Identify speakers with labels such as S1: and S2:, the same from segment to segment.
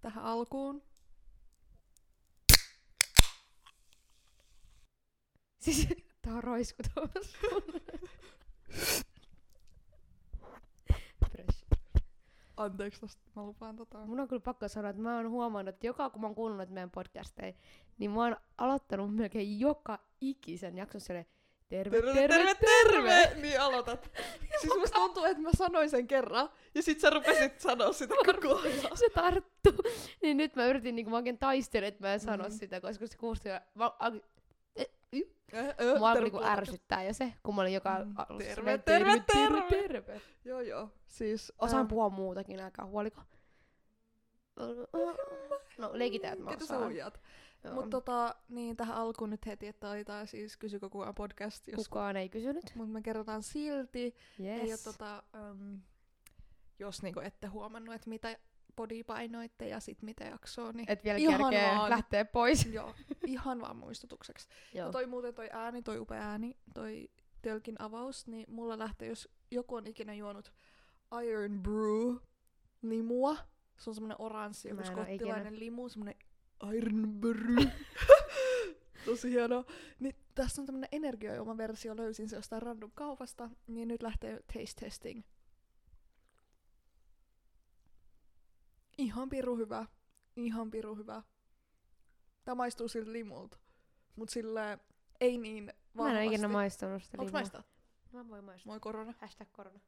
S1: tähän alkuun. Siis tää on roisku tuossa. Fresh.
S2: Anteeksi tosta, mä lupaan tota.
S3: Mun on kyllä pakko sanoa, että mä oon huomannut, että joka kun mä oon kuunnellut meidän podcasteja, niin mä oon aloittanut melkein joka ikisen jakson sille terve, terve, terve, terve.
S2: Niin aloitat. siis musta tuntuu, että mä sanoin sen kerran, ja sit sä rupesit sanoa sitä koko ajan.
S3: Se tarttuu. niin nyt mä yritin, niin mä oikein taistelin, että mä en sano
S2: Mhm.
S3: sitä, koska se kuulosti... Mä,
S2: Ö, ö,
S3: Mua
S2: terve-
S3: niinku ärsyttää jo se, kun mä olin joka
S2: Mm,
S3: alussa.
S2: terve,
S3: silleen,
S2: terve,
S3: terve,
S2: terve.
S3: terve.
S2: Joo joo, siis...
S3: Osaan
S2: äm,
S3: puhua muutakin, älkää huoliko. No, leikitään, että mä
S2: Ketä sä
S3: osaan.
S2: huijaat?
S3: Joo.
S2: Mut tota, niin tähän alkuun nyt heti, että oli tää siis Kysykö kukaan podcast, jos...
S3: Kukaan ei kysynyt.
S2: Mut me kerrotaan silti. Yes. Ei oo
S3: Yes.
S2: tota, äm, jos niinku ette huomannut, että mitä podi painoitte ja sit mitä jaksoa, niin...
S3: Et vielä
S2: Ihan
S3: kerkee
S2: vaan.
S3: lähtee pois.
S2: joo, ihan vaan muistutukseksi. Ja
S3: Joo.
S2: toi muuten toi ääni, toi upea ääni, toi tölkin avaus, niin mulla lähtee, jos joku on ikinä juonut Iron Brew limua, se on semmonen oranssi, joku
S3: Mä en oo ikinä.
S2: skottilainen limu, semmonen Iron Brew. Tosi hienoa. Niin tässä on tämmönen energiajuoma versio, löysin se jostain random kaupasta, niin nyt lähtee taste testing. Ihan piru hyvä. Ihan piru hyvä. Tämä maistuu siltä limulta. Mut sille ei niin
S3: Mä en
S2: vahvasti.
S3: ole ikinä maistanut sitä
S2: Onks
S3: limaa.
S2: maistaa?
S3: Mä voin maistaa.
S2: Moi korona.
S3: Hashtag korona.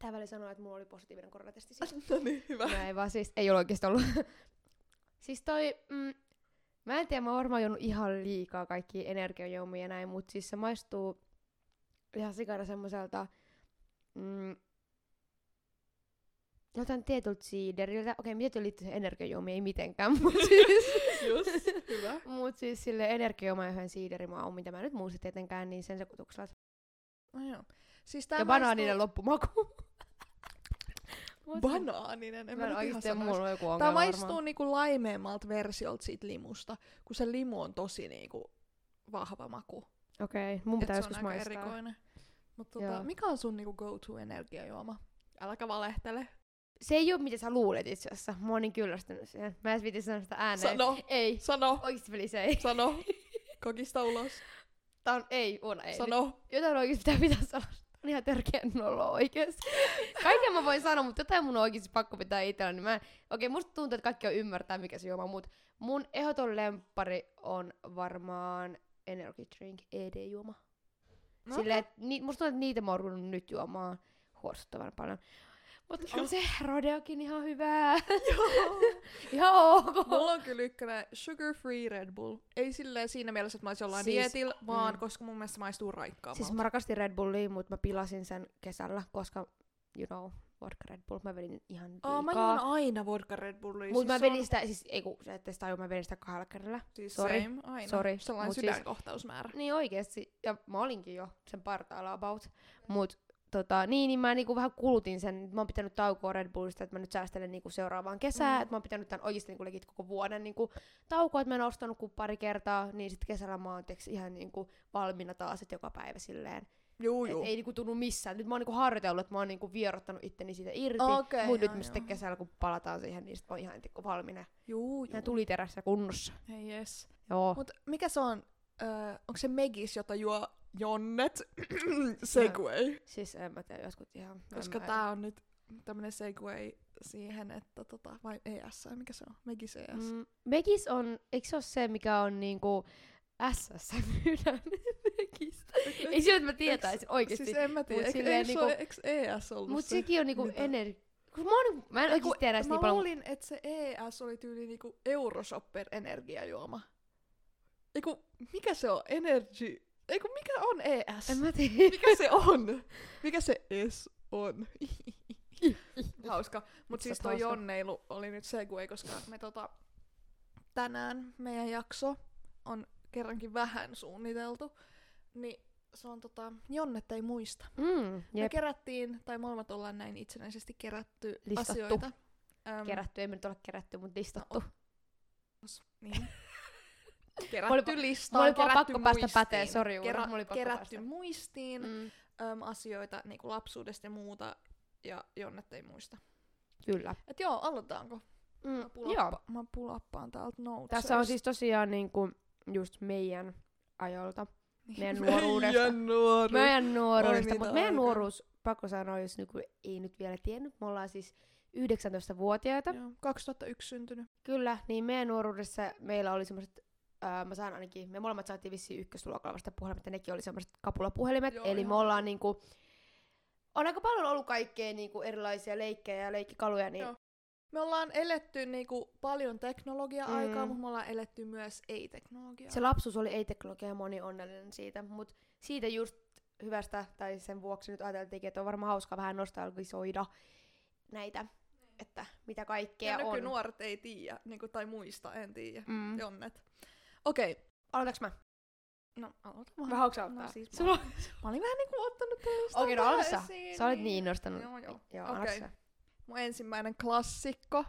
S3: Tää väli sanoo, että mulla oli positiivinen koronatesti siis.
S2: No niin, hyvä.
S3: No ei vaan siis, ei ole oikeesti ollut. siis toi, mm, mä en tiedä, mä oon varmaan juonut ihan liikaa kaikki energiajuomia ja näin, mutta siis se maistuu ihan sikana semmoiselta, mm, jotain tietyltä siideriltä. Okei, miten toi liittyy siihen energiajuomiin? Ei mitenkään, mutta siis...
S2: Just, hyvä.
S3: Mut siis sille energiajuoma yhden siiderimaa on, mitä mä nyt muista tietenkään, niin sen sekoituksella.
S2: No joo. Siis
S3: Ja
S2: tää
S3: banaaninen loppumaku. Mut- siis-
S2: Banaaninen, en mä,
S3: mä en
S2: nyt ihan
S3: oikeesti
S2: sano.
S3: mulla on joku ongelma
S2: Tää
S3: varmaan.
S2: maistuu niinku laimeemmalta versiolta siitä limusta, kun se limu on tosi niinku vahva maku.
S3: Okei, okay, mun
S2: Et
S3: pitää
S2: se on
S3: joskus
S2: aika
S3: maistaa.
S2: erikoinen. Mut
S3: Joo.
S2: tota, mikä on sun niinku go-to energiajuoma? Äläkä valehtele.
S3: Se ei oo mitä sä luulet itse asiassa. Mä oon niin kyllästynyt siihen. Mä en viitin sanoa sitä ääneen.
S2: Sano,
S3: Ei.
S2: sano,
S3: Oikeesti veli se ei.
S2: sano. Kokista ulos.
S3: Tää on ei, on ei.
S2: Sano.
S3: Nyt Jotain oikeesti pitää pitää sanoa. Tää on ihan törkeä nolo oikeesti. Kaiken mä voin sanoa, mutta jotain mun on oikeesti pakko pitää itellä. Niin mä en... Okei, musta tuntuu, että kaikki on ymmärtää, mikä se juoma on, mut mun ehdoton lempari on varmaan energy drink, ED-juoma.
S2: No,
S3: Silleen, et ni, musta tuntuu, että niitä mä oon ruvennut nyt juomaan huolestuttavan paljon. Mut on se rodeokin ihan hyvää.
S2: Joo.
S3: ihan ok.
S2: Mulla on kyllä ykkönen sugar free Red Bull. Ei silleen siinä mielessä, että mä olisin jollain
S3: Siis-
S2: siis, dietil, vaan
S3: mm.
S2: mm. koska mun mielestä se maistuu raikkaamalta.
S3: Siis mä rakastin Red Bullia, mutta mä pilasin sen kesällä, koska, you know, vodka Red Bull, mä vedin ihan liikaa.
S2: Aa, mä juon aina vodka Red Bullia.
S3: Mutta
S2: siis
S3: mä
S2: se on-
S3: vedin sitä, siis ei kun sä ette sitä tajua, mä vedin sitä kahdella kerralla.
S2: Siis
S3: Sorry.
S2: same, aina.
S3: Sorry,
S2: Sellainen
S3: mut siis-
S2: sydänkohtausmäärä.
S3: Niin oikeesti, ja mä olinkin jo sen partaalla about. Mut tota, niin, niin mä niinku vähän kulutin sen, mä oon pitänyt taukoa Red Bullista, että mä nyt säästelen niinku seuraavaan kesään, mm.
S2: Mm.
S3: että mä oon pitänyt tän oikeesti niinku legit koko vuoden niinku taukoa, että mä en oo ostanut kuin pari kertaa, niin sit kesällä mä oon tiiäks, ihan niinku valmiina taas, että joka päivä silleen
S2: Juu,
S3: Et
S2: juu.
S3: ei niinku tunnu missään. Nyt mä oon niinku harjoitellut, että mä oon niinku vierottanut itteni siitä irti.
S2: Okei,
S3: Mut nyt
S2: joo,
S3: mä sitten
S2: joo.
S3: kesällä, kun palataan siihen, niin sit mä oon ihan tikku valmiina.
S2: Juu, juu.
S3: Ja tuli terässä kunnossa.
S2: Hei yes.
S3: Joo.
S2: Mut mikä se on? Öö, onko se Megis, jota juo Jonnet? Segway.
S3: Siis en mä tiedä, jotkut ihan...
S2: Koska
S3: en mä-
S2: tää on nyt tämmönen Segway siihen, että tota, vai ES, mikä se on? Megis ES. Mm.
S3: Mm, Megis on, eikö se ole se, mikä on niinku SS myydään Megistä? Ei se, että mä tietäisin oikeesti.
S2: Siis en mä tiedä,
S3: Mut
S2: eikö
S3: silleen
S2: eikö se ole-
S3: niinku-
S2: eikö ES ollut
S3: Mut
S2: se?
S3: sekin on niinku
S2: mitä?
S3: energia. Mä, oon, mä en
S2: Ei, kun
S3: oikeesti tiedä edes
S2: Mä
S3: niin paljon.
S2: luulin, että se ES oli tyyli niinku Euroshopper energiajuoma. Eiku, mikä se on? Energy... Eiku, mikä on ES?
S3: En mä tiedä.
S2: Mikä se on? Mikä se S on? Hauska. Mut
S3: Mut
S2: siis
S3: sä oot
S2: toi
S3: hauska.
S2: jonneilu oli nyt segue, koska me tota... Tänään meidän jakso on kerrankin vähän suunniteltu. Niin se on tota... Jonnet ei muista.
S3: Mm,
S2: Me
S3: jep,
S2: kerättiin, tai molemmat ollaan näin itsenäisesti kerätty
S3: Listattu.
S2: asioita. Äm,
S3: kerätty. Ei me nyt olla kerätty, mutta listattu.
S2: Niin.
S3: Mulla
S2: Kerätty listaan,
S3: Mulla oli vaan
S2: kerätty
S3: pakko päästä
S2: muistiin.
S3: päteen, sori Uura.
S2: Kerä,
S3: Mulla oli pakko
S2: kerätty
S3: päästä.
S2: muistiin niinku
S3: Mm.
S2: äm, asioita niin kuin lapsuudesta ja muuta, ja Jonnet ei muista.
S3: Kyllä.
S2: Et joo, aloitetaanko?
S3: Mm,
S2: Mä, pulappa, mä pulappaan täältä noutseista.
S3: Tässä on siis tosiaan niinku just meidän ajolta,
S2: Niin.
S3: meidän nuoruudesta.
S2: Meidän nuoruus.
S3: Meidän nuoruudesta,
S2: niitä
S3: mutta meidän
S2: aikoja.
S3: nuoruus, pakko sanoa, jos niinku ei nyt vielä tiennyt, me ollaan siis 19-vuotiaita.
S2: Joo, 2001 syntynyt.
S3: Kyllä, niin meidän nuoruudessa meillä oli semmoiset, ää, mä saan ainakin, me molemmat saatiin vissiin ykkösluokalla vasta puhelimet, ja nekin oli semmoiset kapulapuhelimet,
S2: Joo,
S3: eli me
S2: joo.
S3: ollaan niinku, on aika paljon ollut kaikkea niinku erilaisia leikkejä ja leikkikaluja, niin
S2: Joo. Me ollaan eletty niinku paljon teknologia-aikaa,
S3: Mm.
S2: mutta me ollaan eletty myös ei-teknologiaa.
S3: se lapsuus oli ei-teknologia ja moni onnellinen siitä, mutta siitä just hyvästä tai sen vuoksi nyt ajateltiinkin, että on varmaan hauskaa vähän nostalgisoida näitä, että mitä
S2: Niin. ja
S3: kaikkea on.
S2: nykynuoret ei tiedä, niinku, tai muista, en tiedä.
S3: Mm.
S2: Jonnet. Okei,
S3: Aloitaks mä?
S2: no aloita vaan.
S3: Vähän haluatko
S2: No
S3: aloittaa?
S2: siis mä,
S3: Sulla on-
S2: mä olin vähän niinku ottanut teistä
S3: Okei, no
S2: vähän
S3: aloita sä.
S2: esiin,
S3: Sä olet niin innostunut.
S2: Joo, joo.
S3: Joo,
S2: Okei.
S3: okay.
S2: Mun ensimmäinen klassikko,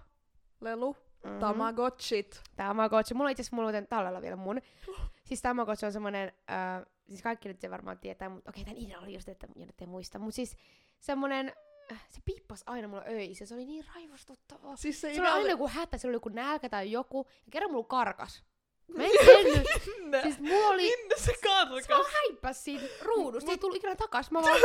S2: lelu, mm-hmm. Tamagotchit.
S3: Tamagotchi. Mulla on itse asiassa mulla on muuten tallella vielä mun. Siis Tamagotchi on semmonen, äh, siis kaikki nyt se varmaan tietää, mutta okei, tämän idea oli just, että jonnet ei muista. Mut siis semmonen, äh, se piippas aina mulla öissä, se oli niin raivostuttavaa.
S2: Siis se
S3: Se oli aina
S2: ideaali-
S3: joku hätä, se oli joku nälkä tai joku, ja kerran mulla karkas. Mä en tiennyt,
S2: Minne?
S3: siis mulla oli,
S2: Minne se
S3: se vaan
S2: Niin karkas?
S3: häippäs siitä ruudusta, ei tullut ikinä takas, mä vaan,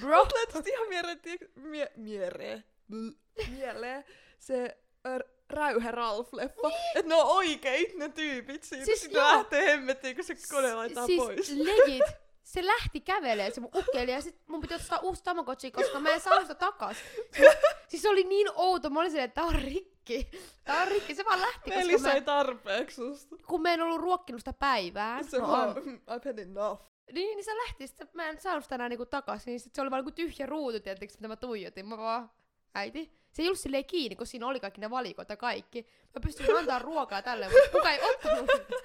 S3: bro,
S2: Mulla lähti ihan mieleen, tiiäks- mie- miereen. Bl- mieleen se ö, Räyhä Ralf-leffa. Niin. Et ne on oikeit ne tyypit siinä,
S3: Siis
S2: siis kun
S3: joo.
S2: joo. lähtee hemmettiin, kun se kone laitetaan
S3: siis
S2: pois.
S3: legit, se lähti kävelee se mun ukkeli ja sit mun piti ostaa uusi Tamagotchi, koska mä en saa sitä takas. Siis- Siis se oli niin outo, mä olin silleen, että tää on rikki. Tää on rikki, se vaan lähti,
S2: Eli
S3: koska
S2: sai
S3: mä,
S2: tarpeeksi susta.
S3: kun mä en ollut ruokkinut sitä päivää.
S2: Se
S3: no
S2: vaan,
S3: on.
S2: I've had enough.
S3: Niin, niin se lähti, sit mä en saanut sitä enää niinku takas, niin sit se oli vaan niinku tyhjä ruutu, tietysti, mitä mä tuijotin. Mä vaan, äiti. Se ei ollut silleen kiinni, kun siinä oli kaikki ne valikot ja kaikki. Mä pystyin antaa ruokaa tälle, mutta kuka ei ottanut sitä.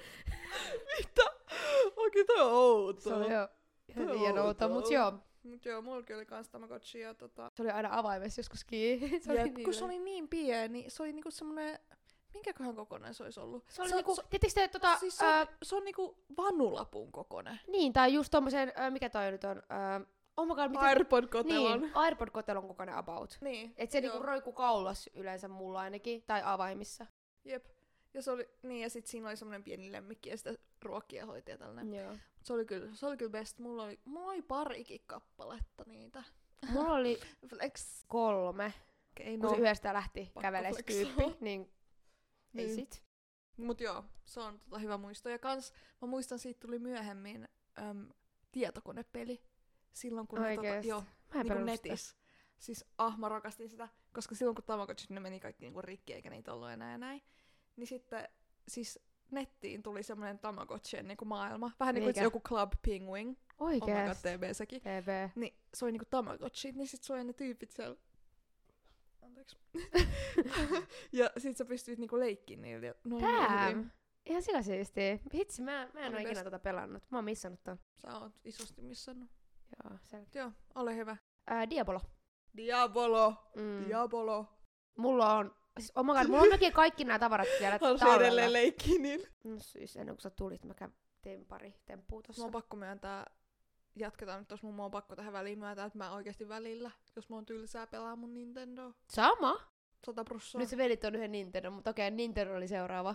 S2: Mitä? Okei, toi on
S3: Se
S2: outoa.
S3: oli jo
S2: Toi on
S3: ihan outoa,
S2: outoa.
S3: mut joo.
S2: Mut joo, mullakin oli kans Tamagotchi ja tota...
S3: Se oli aina avaimessa joskus kiinni. Se oli,
S2: Jep, kun
S3: niillä.
S2: se oli niin pieni, se oli niinku semmonen... Minkäköhän kokonen se olisi ollut?
S3: se oli niinku, tiettikö te tota,
S2: siis
S3: siis
S2: se, on,
S3: ää,
S2: äh, se on niinku vanulapun kokonen.
S3: niin, tai just tommosen, ää, mikä toi nyt on, ää, oh my god, mitä
S2: Airpod-kotelon.
S3: niin, AirPod-kotelon kokoinen about.
S2: Niin.
S3: Et se
S2: joo.
S3: niinku roiku kaulas yleensä mulla ainakin, tai avaimissa.
S2: Jep. Ja se oli, niin ja sit siinä oli semmonen pieni lemmikki ja sitä ruokkia hoiti ja tällainen.
S3: Joo.
S2: Se oli kyllä, se oli kyllä best. Mulla oli, mulla oli parikin kappaletta niitä.
S3: Mulla oli
S2: Flex.
S3: kolme,
S2: Okei,
S3: kun
S2: no.
S3: se yhdestä lähti
S2: pakko
S3: kävelee se
S2: flexaa.
S3: tyyppi, niin ei
S2: Niin.
S3: sit.
S2: Mut joo, se on tota hyvä muisto. Ja kans, mä muistan, siitä tuli myöhemmin äm, tietokonepeli. Silloin kun ne, tota,
S3: Oikeesti.
S2: joo,
S3: Mä en
S2: niinku
S3: pelannut sitä.
S2: netissä. Siis ah, mä rakastin sitä, koska silloin kun Tamagotchit ne meni kaikki niinku rikki eikä niitä ollut enää ja näin. Niin sitten siis nettiin tuli semmoinen Tamagotchien niinku maailma. Vähän niinku
S3: Niinkö?
S2: itse joku Club Penguin, oh my god
S3: Oikeesti.
S2: TV sekin.
S3: TV.
S2: Niin se oli niinku Tamagotchi, niin sit se oli ne tyypit siellä. Anteeksi. ja sit sä pystyit niinku leikkiin niillä. ja ne oli niin
S3: Damn.
S2: hyvin.
S3: Ihan sikasiistiä. Hitsi, mä, mä en
S2: Oli
S3: oo ikinä
S2: best.
S3: tota pelannut. Mä oon missannut ton.
S2: Sä oot isosti missannut.
S3: Joo, se.
S2: Joo, ole hyvä.
S3: Ää, Diabolo.
S2: Diabolo!
S3: Mm.
S2: Diabolo!
S3: Mulla on, siis oh my god, mulla on melkein kaikki nämä tavarat vielä
S2: Haluaisin edelleen
S3: tallella.
S2: leikkiä niillä.
S3: No siis, ennen kuin sä tulit, mä kävin tein pari temppua tossa.
S2: Mun on pakko myöntää, jatketaan nyt tuossa, mun on pakko tähän väliin myöntää, että mä oikeasti välillä, jos mä oon tylsää, pelaa mun Nintendo.
S3: Sama?
S2: 100 prossaa.
S3: Nyt sä vedit on yhden Nintendo, mutta okei, Nintendo oli seuraava.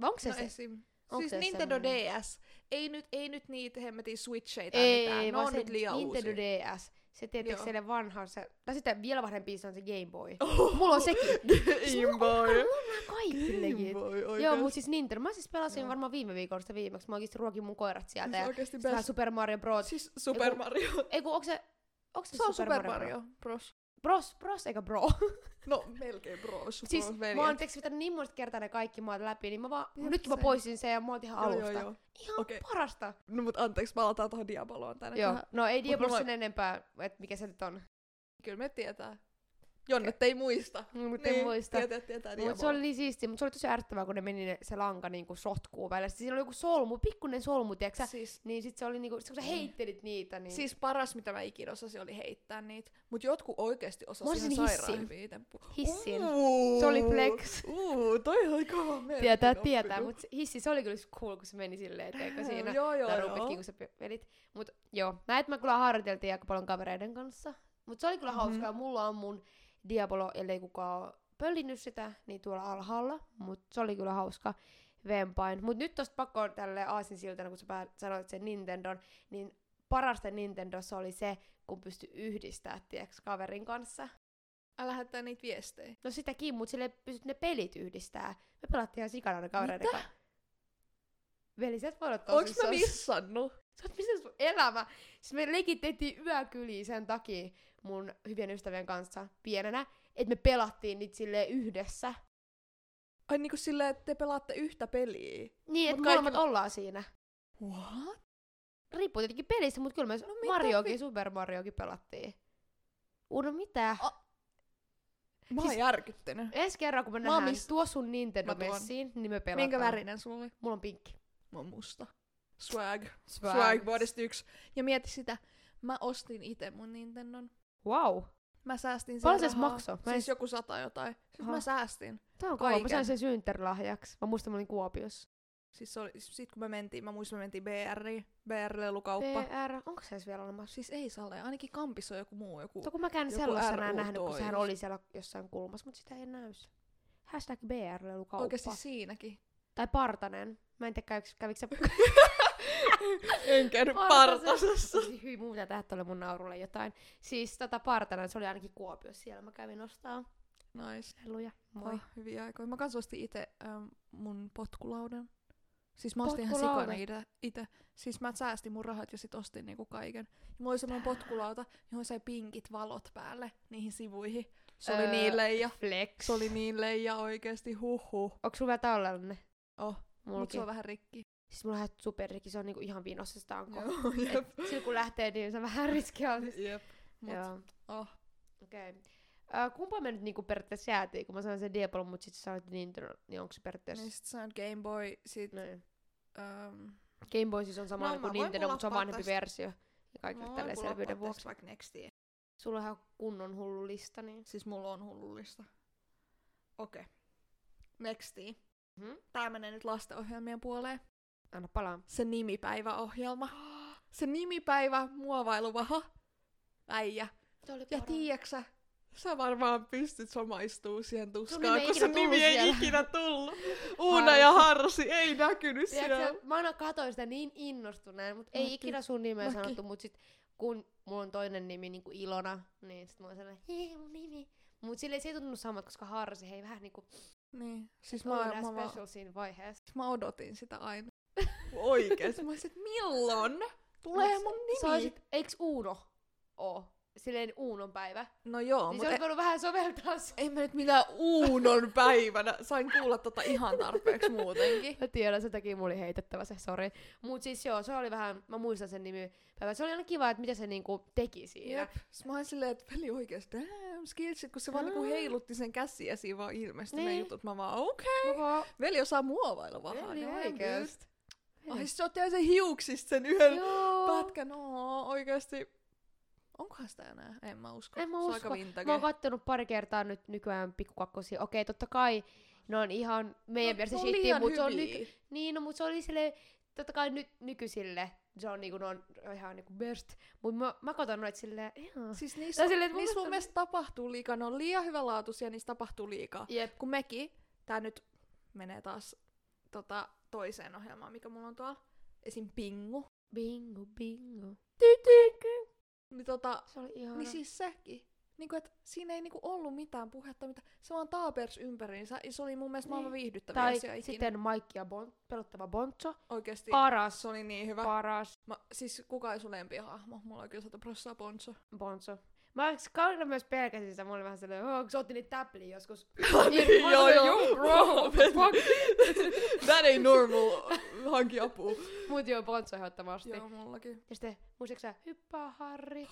S3: Vai onks se
S2: no
S3: se?
S2: esim.
S3: Onks
S2: siis
S3: se
S2: Nintendo
S3: semmonen?
S2: DS. Ei nyt, ei nyt niitä hemmetin Switcheja tai
S3: Ei,
S2: mitään. Ne
S3: vaan
S2: on
S3: se
S2: nyt liian
S3: Nintendo
S2: uusia.
S3: DS. Se tietysti
S2: Joo.
S3: siellä vanha on se, tai sitten vielä vanhempi se on se Game Boy.
S2: Oh,
S3: Mulla on sekin.
S2: Game Boy.
S3: Nää kaikki
S2: Game
S3: legit.
S2: Boy, oikeesti.
S3: Joo, mut siis Nintendo. Mä siis pelasin
S2: Joo.
S3: varmaan viime viikolla sitä viimeksi. Mä oikeesti ruokin mun koirat sieltä.
S2: Siis
S3: Ja
S2: oikeesti
S3: sitten vähän
S2: best.
S3: Super Mario Bros.
S2: Siis Super
S3: Joku-
S2: Mario.
S3: Ei kun onks se... Onks se,
S2: Se on Super Mario Bros.
S3: Bros, bros, eikä bro.
S2: No, melkein Bros.
S3: siis
S2: Bros,
S3: mä oon
S2: veljet.
S3: teksty pitänyt niin monta kertaa ne kaikki maat läpi, niin mä vaan,
S2: Jep,
S3: nytkin mä
S2: same.
S3: poistin sen ja mä oon ihan
S2: Joo, joo,
S3: alusta.
S2: joo.
S3: Ihan
S2: Okei.
S3: parasta.
S2: No mut anteeksi, palataan tuohon Diaboloon tänne.
S3: Joo, no ei
S2: Mut
S3: Diablo
S2: mulla-
S3: sen enempää, että mikä se nyt on.
S2: Kyllä me tietää. Jonnet ei muista. Niin,
S3: Mutta en muista.
S2: Tietää, tietää
S3: Mutta se oli niin siistiä, mutta se oli tosi ärsyttävää, kun ne meni ne, se lanka niinku sotkuu välillä. Sitten siinä oli joku solmu, pikkunen solmu, tiiäksä?
S2: Siis,
S3: Niin sit se oli niinku, sit kun sä
S2: Mm.
S3: heittelit niitä, niin...
S2: siis paras, mitä mä ikinä osasin, oli heittää niitä. Mut jotkut oikeesti
S3: Mä
S2: osasivat
S3: olisin
S2: ihan sairaan
S3: hissin.
S2: hyvin itse pu-
S3: Hissin.
S2: Uuu.
S3: Se oli flex.
S2: Uuu, toi oli kova merkki
S3: Tietää,
S2: oppinut.
S3: tietää, mutta hissi, se oli kyllä cool, kun se meni silleen, etteikö siinä.
S2: Joo, joo, joo.
S3: tarupitkin, kun sä pe- pelit. Mut joo, näitä mä kyllä harjoiteltiin aika paljon kavereiden kanssa. Mut se oli kyllä
S2: Mhm.
S3: mm-hmm. hauskaa. Mulla on mun Diablo, ellei kukaan ole pöllinyt sitä, niin tuolla alhaalla. Mutta se oli kyllä hauska vempain. Mutta nyt tosta pakko tälle aasinsiltana, kun sä pää- sanoit sen Nintendon, niin parasta Nintendossa oli se, kun pystyi yhdistää, tiiäks, kaverin kanssa.
S2: Älä lähettää niitä viestejä.
S3: No sitäkin, mutta sille pystyt ne pelit yhdistää. Me pelattiin ihan sikana ne kavereiden kanssa. Veli, sä et voi olla
S2: Onks mä niin
S3: tosissaan.
S2: missannut?
S3: Sä oot missannut sun elämä. Siis me legit tehtiin yökyliä sen takia mun hyvien ystävien kanssa pienenä, että me pelattiin niitä silleen yhdessä.
S2: Ai niinku silleen, että te pelaatte yhtä peliä.
S3: Niin,
S2: Mut
S3: että molemmat
S2: kaikki-
S3: ollaan siinä.
S2: What?
S3: Riippuu tietenkin pelistä, mutta kyllä me no,
S2: mitä
S3: Mariokin,
S2: vi-
S3: Super Mariokin pelattiin. Uno, mitä?
S2: A- Mä oon
S3: Siis-
S2: järkyttynyt.
S3: Ensi kerran, kun me
S2: Mä oon
S3: nähdään,
S2: miss-
S3: tuo
S2: Mä
S3: sun
S2: tuon.
S3: Nintendo-messiin, niin me pelataan.
S2: Minkä värinen sulla oli?
S3: Mulla on pinkki.
S2: Mä oon musta. Swag. Swag, Swag vuodesta yksi. Ja mieti sitä, mä ostin itse mun Nintendon.
S3: Wow.
S2: Mä säästin sen
S3: Paljon se edes
S2: rahaa.
S3: maksoi? Mä en-
S2: Siis joku sata jotain. Siis
S3: Aha.
S2: mä säästin.
S3: Tää on kova. Mä
S2: Kaiken.
S3: sain sen synttärilahjaksi. Mä muistan, mä olin Kuopiossa.
S2: Siis se oli, sit kun me mentiin, mä muistan, me mentiin BRiin, BR-lelukauppa.
S3: PR, onko se edes vielä olemassa?
S2: Siis ei sale, ainakin kampissa on joku muu joku.
S3: Mutta kun mä käyn
S2: Joku
S3: sellaisena
S2: RU
S3: nähnyt, kun sehän
S2: tois.
S3: oli siellä jossain kulmassa, mutta sitä ei näy. Hashtag BR-lelukauppa.
S2: Oikeesti siinäkin.
S3: Tai Partanen. Mä en tiedä, käykö, kävikö sä
S2: en käynyt
S3: Partasessa. Hyi, mun pitää tehdä tuolle mun naurulle jotain. Siis tota Partanen, se oli ainakin Kuopiossa siellä. Mä kävin ostaa
S2: Nice.
S3: leluja. Moi.
S2: Moi. Ah, hyviä aikoja. Mä kans ostin itse ähm, mun potkulaudan. Siis mä ostin ihan
S3: Potkulaudan.
S2: sikana ite, ite. Siis mä säästin mun rahat ja sit ostin niinku kaiken. Ja mulla oli semmonen potkulauta, johon sai pinkit valot päälle niihin sivuihin. Se oli
S3: Öö.
S2: niin leija.
S3: Flex.
S2: Se oli niin leija oikeesti, huhhuh.
S3: Onko sulla vielä tallella ne?
S2: Oh, mut se
S3: Mullakin.
S2: on vähän rikki.
S3: Siis mulla on ihan superrikki, se on niinku ihan vinossa sitä onko.
S2: Joo, jep.
S3: Et Silloin kun lähtee, niin se on vähän riskialtis.
S2: Jep. Mut,
S3: Joo.
S2: oh.
S3: Okei. Okay. kumpa me nyt niinku periaatteessa jäätiin, kun mä sanoin sen Diablo, mutta sit sä sanoit Nintendo, niin onko se periaatteessa?
S2: Niin sit sä oot Game Boy, sit...
S3: Noin.
S2: Ähm,
S3: Game Boy siis on sama
S2: No, mä
S3: no, kuin
S2: voin
S3: Nintendo, mutta se on
S2: pulappaa
S3: vanhempi
S2: tästä.
S3: versio. Ja kaikille
S2: mä
S3: tälleen
S2: voin pulottaa
S3: selvyyden vuoksi.
S2: tästä Vaikka next year.
S3: Sulla on ihan kunnon hullu lista, niin...
S2: Siis mulla on hullullista. Okei. Okay. Nextiin.
S3: Mhm.
S2: Tää menee nyt lastenohjelmien puoleen.
S3: Anna palaa.
S2: Se nimipäiväohjelma. Se nimipäivä muovailuvaha. Äijä.
S3: Se oli
S2: Ja tiiäksä, sä varmaan pystyt samaistuu siihen
S3: nimi
S2: tuskaan,
S3: ei
S2: kun
S3: ikinä
S2: se nimi
S3: tullut
S2: ei
S3: siellä.
S2: ikinä tullut. Uuna ja Harsi ei näkynyt siellä.
S3: Tiedätkö, mä aina katoin sitä niin innostuneena, mutta ei
S2: Mäkin.
S3: ikinä sun nimeä
S2: Mäkin.
S3: sanottu, mutta sit kun mulla on toinen nimi niin kuin Ilona, niin sit mä oon sellainen, hei mun nimi. Mut sille ei se ei tuntunut samat, koska Harsi, hei vähän niinku,
S2: Niin. Siis
S3: mä,
S2: mä, mä,
S3: mä,
S2: mä,
S3: special siinä vaiheessa.
S2: mä odotin sitä aina. Oikeesti. Mä olisin, että milloin tulee
S3: Mut
S2: mun nimi?
S3: Sä olisit, eiks Uuno oo? Silleen Uunon päivä.
S2: No joo,
S3: niin
S2: mutta
S3: se olisi voinut vähän soveltaa sun.
S2: Ei mä nyt mitään uunon päivänä. Sain kuulla tota ihan tarpeeksi muutenkin.
S3: Mä tiedän, sen takia mulla oli heitettävä se, sori. Mut siis joo, se oli vähän, mä muistan sen nimi. Päivä. Se oli aina kiva, että mitä se niinku teki siinä.
S2: Jep. Sitten mä olin silleen, että peli oikeesti, damn skillsit, kun se vaan niinku heilutti sen käsiä siinä vaan ilmestyi ne
S3: Niin.
S2: jutut. Mä vaan, okei.
S3: Jep.
S2: Veli osaa muovailla vähän.
S3: Veli
S2: damn, dude.
S3: oikeesti.
S2: Ai siis se otti sen hiuksista sen yhden
S3: Joo.
S2: pätkän. Oo, oikeesti. Onkohan sitä enää? En mä usko.
S3: En mä
S2: se on
S3: usko.
S2: aika vintage.
S3: Mä oon kattonut pari kertaa nyt nykyään pikkukakkosia. Okei, totta kai ne on ihan meidän
S2: se
S3: versi
S2: on
S3: shittiä,
S2: liian
S3: mutta se No, on
S2: hyviä.
S3: nyky... Niin, no, mutta se oli sille totta kai nyt nykyisille. Se on niinku, ne on ihan niinku best. Mut mä, mä katon noit silleen, ihan.
S2: Siis niissä,
S3: Tai silleen, että mun
S2: niissä mun
S3: mielestä-
S2: mielestä tapahtuu liikaa. Ne on liian hyvälaatuisia, niissä tapahtuu liikaa.
S3: Jep.
S2: kun mekin, tää nyt menee taas tota, toiseen ohjelmaan, mikä mulla on tuolla, esim. Pingu,
S3: Bingo, bingo.
S2: niin, tota,
S3: Se oli ihana.
S2: niin siis sekin. Niinku, et siinä ei niinku ollut mitään puhetta, mitä, se vaan taapers ympäriinsä, ja se oli mun mielestä
S3: Niin.
S2: maailman viihdyttäviä
S3: Tai
S2: asia ikinä. Niin.
S3: sitten Mike ja bon, pelottava Bonzo.
S2: Oikeesti,
S3: Paras,
S2: se oli niin hyvä.
S3: paras
S2: Mä, siis kuka ei sun lempihahmo? Mulla on kyllä sata prossaa poncho.
S3: Bonzo. Mä oon kaudella myös pelkäsin sitä, mä olin vähän sellainen, oh, kun sä otti niitä täpliä joskus.
S2: Niin,
S3: Mä olin sellainen, bro, what the fuck?
S2: That ain't normal. Hanki apua.
S3: Mut joo, Bonzo ehdottomasti.
S2: Joo, mullakin.
S3: Ja sitten, muistatko sä, hyppää Harri?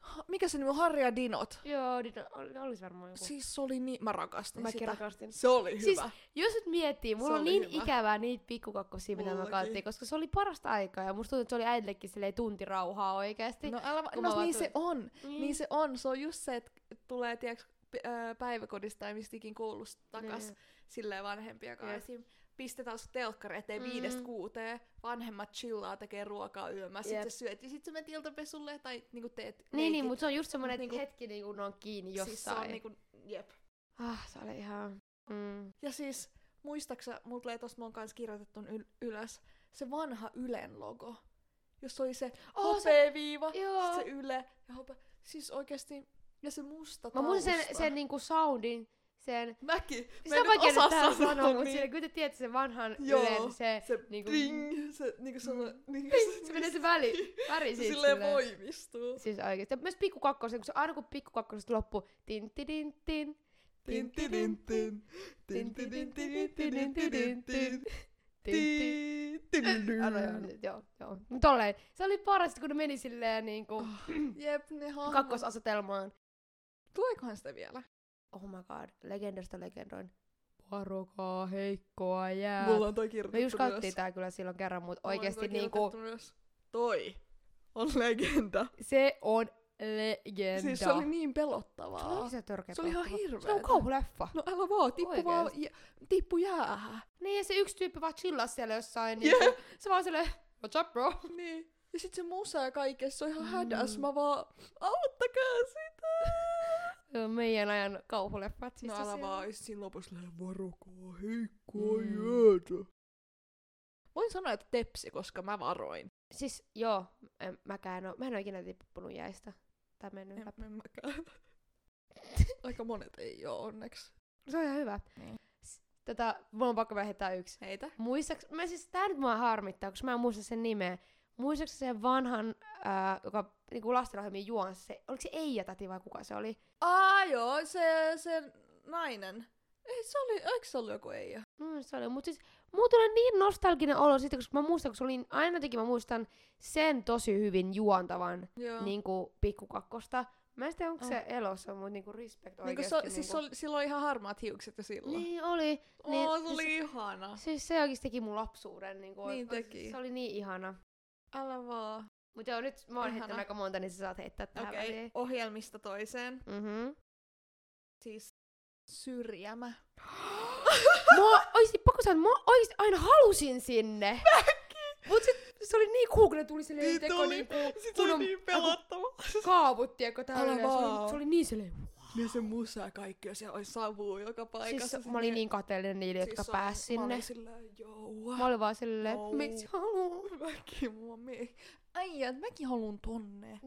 S2: Ha- Mikä se nimi on? Harri ja Dinot.
S3: joo, niin oli, olisi varmaan joku.
S2: Siis se oli niin... Mä rakastin
S3: Mä
S2: sitä.
S3: rakastin.
S2: Se oli hyvä.
S3: Siis, jos nyt miettii,
S2: Se
S3: mulla on
S2: oli
S3: niin
S2: hyvä.
S3: ikävää niitä pikkukakkosia, mitä mä
S2: Mullakin.
S3: katsottiin, koska se oli parasta aikaa ja musta tuntuu, että se oli äidillekin silleen tunti rauhaa oikeesti.
S2: No, älä, va-
S3: kun mä
S2: no
S3: vaan
S2: niin se
S3: tulin.
S2: on.
S3: Mm.
S2: Mm. Niin se on. Se on just se, että tulee tiiäks, p- ö, päiväkodista tai mistikin koulusta takas
S3: Niin.
S2: silleen vanhempia kanssa.
S3: Jep.
S2: Esim. pistetään se telkkari eteen
S3: Mm.
S2: mm. viidestä kuuteen, vanhemmat chillaa, tekee ruokaa yömä,
S3: Jep.
S2: sitten sä syöt ja sitten sä menet iltapesulle tai niinku teet
S3: Niin, niin,
S2: leikit.
S3: mutta se on just semmoinen
S2: Mut
S3: niinku, hetki, niinku, ne on kiinni jossain.
S2: Siis se on niinku, jep.
S3: Ah, se oli ihan... Mm.
S2: Ja siis, muistaaksä, mulla tulee tosta, mä oon kans kirjoitettu yl- ylös, se vanha Ylen logo, jossa oli se
S3: Oh, se-
S2: hopeaviiva, sit
S3: joo.
S2: se Yle ja hope, siis oikeesti, ja se musta
S3: Mä muistan sen,
S2: tausta.
S3: sen niinku soundin, sen...
S2: Mäkin,
S3: Siis
S2: mä
S3: on
S2: en nyt
S3: vaikea nyt
S2: osaa
S3: täällä
S2: sanoa,
S3: sanoa, mutta
S2: niin.
S3: siinä kyllä te tiedätte sen vanhan
S2: Joo,
S3: ylen, se...
S2: se
S3: niinku-
S2: niinku, ding, se niinku sellainen, niinku
S3: Se menee se väli, väri
S2: se
S3: siitä
S2: silleen voimistuu.
S3: Siis oikeesti. Ja Myös pikku kakkosen, kun se aina kun pikku kakkosesta loppu. Tin, ti, din, tin.
S2: Tin, tin, tin, tin. Tin, tin, tin, tin, tin, tin, tin, tin, tin.
S3: tin, tin.
S2: Tin, tin, tin, tin.
S3: Anna joo, nyt, joo, joo. Mut tolleen. Se oli parasta, kun ne meni silleen niinku
S2: Jep, ne hahmot.
S3: kakkosasetelmaan.
S2: Tuleekohan sitä vielä?
S3: Oh my god, legendasta legendoin. Varokaa heikkoa jää.
S2: Mulla on toi
S3: Me
S2: kirjoitettu
S3: just katsottiin
S2: ylös.
S3: tää kyllä silloin kerran, mutta
S2: Mulla on
S3: oikeesti
S2: toi
S3: niinku
S2: kirjoitettu ylös. Toi on legenda.
S3: se on legenda.
S2: Siis se oli niin
S3: Se oli
S2: pelottavaa.
S3: se törkeä
S2: Se oli ihan
S3: pelottava.
S2: hirveetä.
S3: Se on kauhuleffa.
S2: No älä vaan, tippu vaan,
S3: Oikeesti.
S2: jä- tippu jäähän.
S3: Niin ja se yksi tyyppi vaan chillas siellä jossain.
S2: Jep.
S3: Niin se vaan silleen, what's up bro?
S2: Niin. Ja sit se musa ja kaikessa on ihan
S3: Mm.
S2: hädäs. Mä vaan, auttakaa sitä.
S3: Meidän ajan kauhuleffat. Siis
S2: no
S3: tosiaan.
S2: älä vaan, ja sit siinä lopussa lähden varokaa, heikkoa
S3: Mm.
S2: mm. jäätä. Voin sanoa, että tepsi, koska mä varoin.
S3: Siis joo, en, mäkään oo, mä en oo ikinä tippunut jäistä. Tai mennyt läpi.
S2: en mäkään. Aika monet ei oo onneksi.
S3: Se on ihan hyvä.
S2: Niin.
S3: S- Tätä, mulla on pakko vähentää yksi.
S2: Heitä.
S3: Muistaks, mä siis tää nyt mua harmittaa, koska mä en muista sen nimeä. Muistaks sen vanhan, ää, joka niinku lastenohjelmiin juonsi se, oliko se Eija Täti vai kuka se oli?
S2: Aa joo, se, se nainen. Ei, se oli, eikö se ollut joku Eija?
S3: No se oli, mut siis mulla tulee niin nostalginen olo siitä, koska mä muistan, kun se oli, niin, aina jotenkin mä muistan sen tosi hyvin juontavan
S2: Joo.
S3: niinku pikkukakkosta. Mä en tiedä, onko
S2: Oh.
S3: se elossa, mutta niinku respect
S2: Niin
S3: oikeesti. niinku-
S2: se, siis se oli, sillä oli ihan harmaat hiukset jo silloin.
S3: Niin oli.
S2: Niin,
S3: Niin,
S2: Oo, se oli ihana.
S3: Siis se oikeesti teki mun lapsuuden. Niin, kuin,
S2: Niin teki.
S3: Se oli niin ihana.
S2: Älä vaan.
S3: Mutta joo, nyt mä oon
S2: Ihana.
S3: heittänyt aika monta, niin sä saat heittää tähän okay.
S2: Okei, okay.
S3: väliin.
S2: ohjelmista toiseen.
S3: Mhm.
S2: Siis syrjämä.
S3: Mua oikeesti pakko sanoa, että mä oikeesti aina halusin sinne. Mäkin. Mut sit se oli niin cool, kun ne tuli silleen,
S2: Niin
S3: niin teko
S2: tuli.
S3: niinku
S2: Sitten
S3: kunnon
S2: pelottava.
S3: kaavut, tiedätkö,
S2: Älä
S3: täynnä. Se oli,
S2: niin vaan.
S3: se oli niin silleen,
S2: Ne se musa ja kaikki, ja siellä oli savua joka paikassa.
S3: siis mä olin niin kateellinen niille, jotka
S2: Siis se oli-
S3: pääs
S2: Mä
S3: sinne.
S2: olin silleen, joo.
S3: Mä olin vaan silleen,
S2: Joo.
S3: miksi haluu?
S2: Mäkin mua mie... Äijä, mäkin haluun tonne.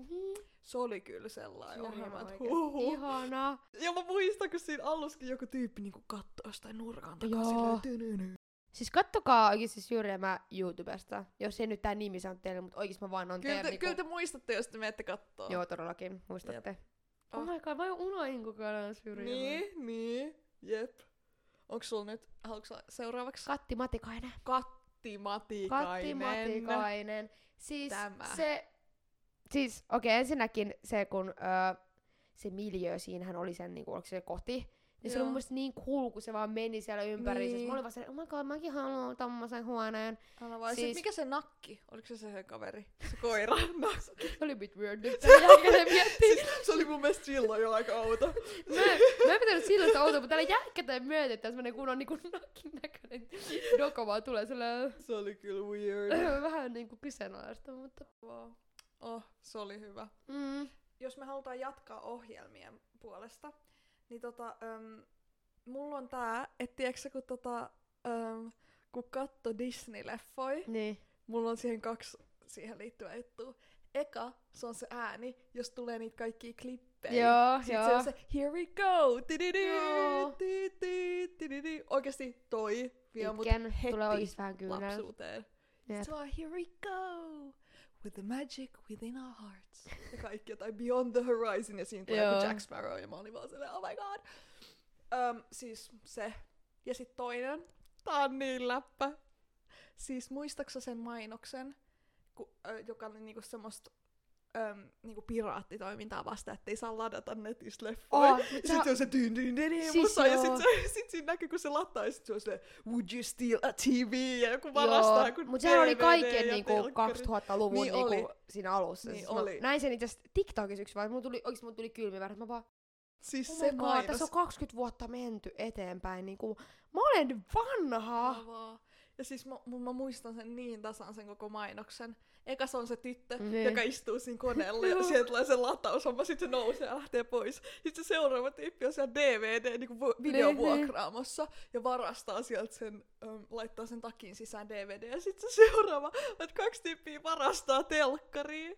S2: Se oli kyllä sellainen ohjelma, että Niin, huhu.
S3: Ihanaa.
S2: Ja mä muistan, kun siinä aluskin joku tyyppi niinku kattoo jostain nurkan takaa
S3: Joo.
S2: silleen tynyny.
S3: Siis kattokaa oikeesti syrjämää YouTubesta, jos ei nyt tää nimi sano teille, mutta oikeesti mä vaan on
S2: Kyllä,
S3: teidän
S2: te, kyllä te muistatte, jos te menette kattoo.
S3: niinku- Joo, todellakin, muistatte. Oh,
S2: Oh.
S3: my god, mä unoin koko ajan syrjämää.
S2: Niin, niin, jep. Onks sulla nyt, haluatko sä seuraavaksi?
S3: Katti Matikainen.
S2: Katti Matikainen.
S3: Katti Matikainen. Siis
S2: Tämä.
S3: se, siis okei okay, ensinnäkin se kun ö, se miljöö siinähän oli sen, niinku, oliko se se koti, niin se oli
S2: Joo.
S3: mun mielestä niin cool, kun se vaan meni siellä ympäri. Niin. Siis
S2: Niin.
S3: mä olin vaan sellainen, oh my god, mäkin haluan tommosen huoneen.
S2: Anna vaan.
S3: Siis-
S2: Siis... Mikä se nakki? Oliko se se kaveri? Se koira. nakki.
S3: Se oli bit weird nyt tämän jälkeen miettii.
S2: siis, se oli mun mielestä silloin jo aika outo.
S3: Mä, mä en pitänyt silloin sitä outoa, mutta täällä jälkikäteen myötä, että semmonen kun on niinku nakin näköinen doko vaan tulee sellainen
S2: Se oli kyllä weird.
S3: vähän niinku kyseenalaista, mutta...
S2: Wow. Oh, se oli hyvä.
S3: Mm.
S2: Jos me halutaan jatkaa ohjelmien puolesta, niin tota, äm, mulla on tää, että tiedätkö sä, kun tota, äm, kun katto Disney-leffoi,
S3: Niin.
S2: Mulla on siihen kaksi siihen liittyvää juttua. Eka, se on se ääni, jos tulee niitä kaikkia klippejä.
S3: Joo,
S2: Sitten se
S3: joo.
S2: on se, here we go, tididi,
S3: Joo.
S2: tididi, tididi. Oikeesti toi vie mut
S3: Itkän,
S2: heti
S3: tulee oikeesti vähän kyynel.
S2: lapsuuteen.
S3: Jep.
S2: Se on here we go, with the magic within our hearts. Ja kaikki jotain Beyond the Horizon ja siinä tulee
S3: Joo.
S2: joku Jack Sparrow ja mä olin vaan silleen, oh my god. Öm, siis se. Ja sit toinen, tää on niin läppä. Siis muistaksä sen mainoksen, ku, ö, joka oli niinku semmoista öm, niinku piraattitoimintaa vasta, ettei saa ladata netistä leffoja.
S3: Oh,
S2: ja
S3: mut
S2: sit
S3: sä-
S2: se on se tyyn tyyn
S3: Siis
S2: siis musa, ja
S3: joo.
S2: sit, se, sit siinä näkyy, kun se lataa, ja sit se on se would you steal a TV, ja joku varastaa joku
S3: mutta sehän oli
S2: DVD
S3: kaiken
S2: ja
S3: niinku
S2: telkkari.
S3: 2000-luvun
S2: Niin
S3: niinku
S2: oli.
S3: siinä alussa. Siis
S2: Niin
S3: mä
S2: oli.
S3: Näin sen itse asiassa TikTokissa yksi vaan, mulla tuli, oikeesti mulla tuli kylmiä väärät, mä vaan,
S2: Siis
S3: Oh
S2: se
S3: my god,
S2: mainos.
S3: tässä on 20 vuotta menty eteenpäin. Niin kuin, mä olen vanha.
S2: Mahtavaa. Ja siis mä, mun- mä muistan sen niin tasan sen koko mainoksen. Eka se on se tyttö,
S3: Niin.
S2: joka istuu siinä koneella
S3: Joo.
S2: ja sieltä tulee se lataushomma, sit se nousee ja lähtee pois. Sitten se seuraava tyyppi on siellä DVD niin kuin videovuokraamossa ja varastaa sieltä sen, äm, laittaa sen takin sisään DVD ja sitten se seuraava, että kaksi tyyppiä varastaa telkkariin.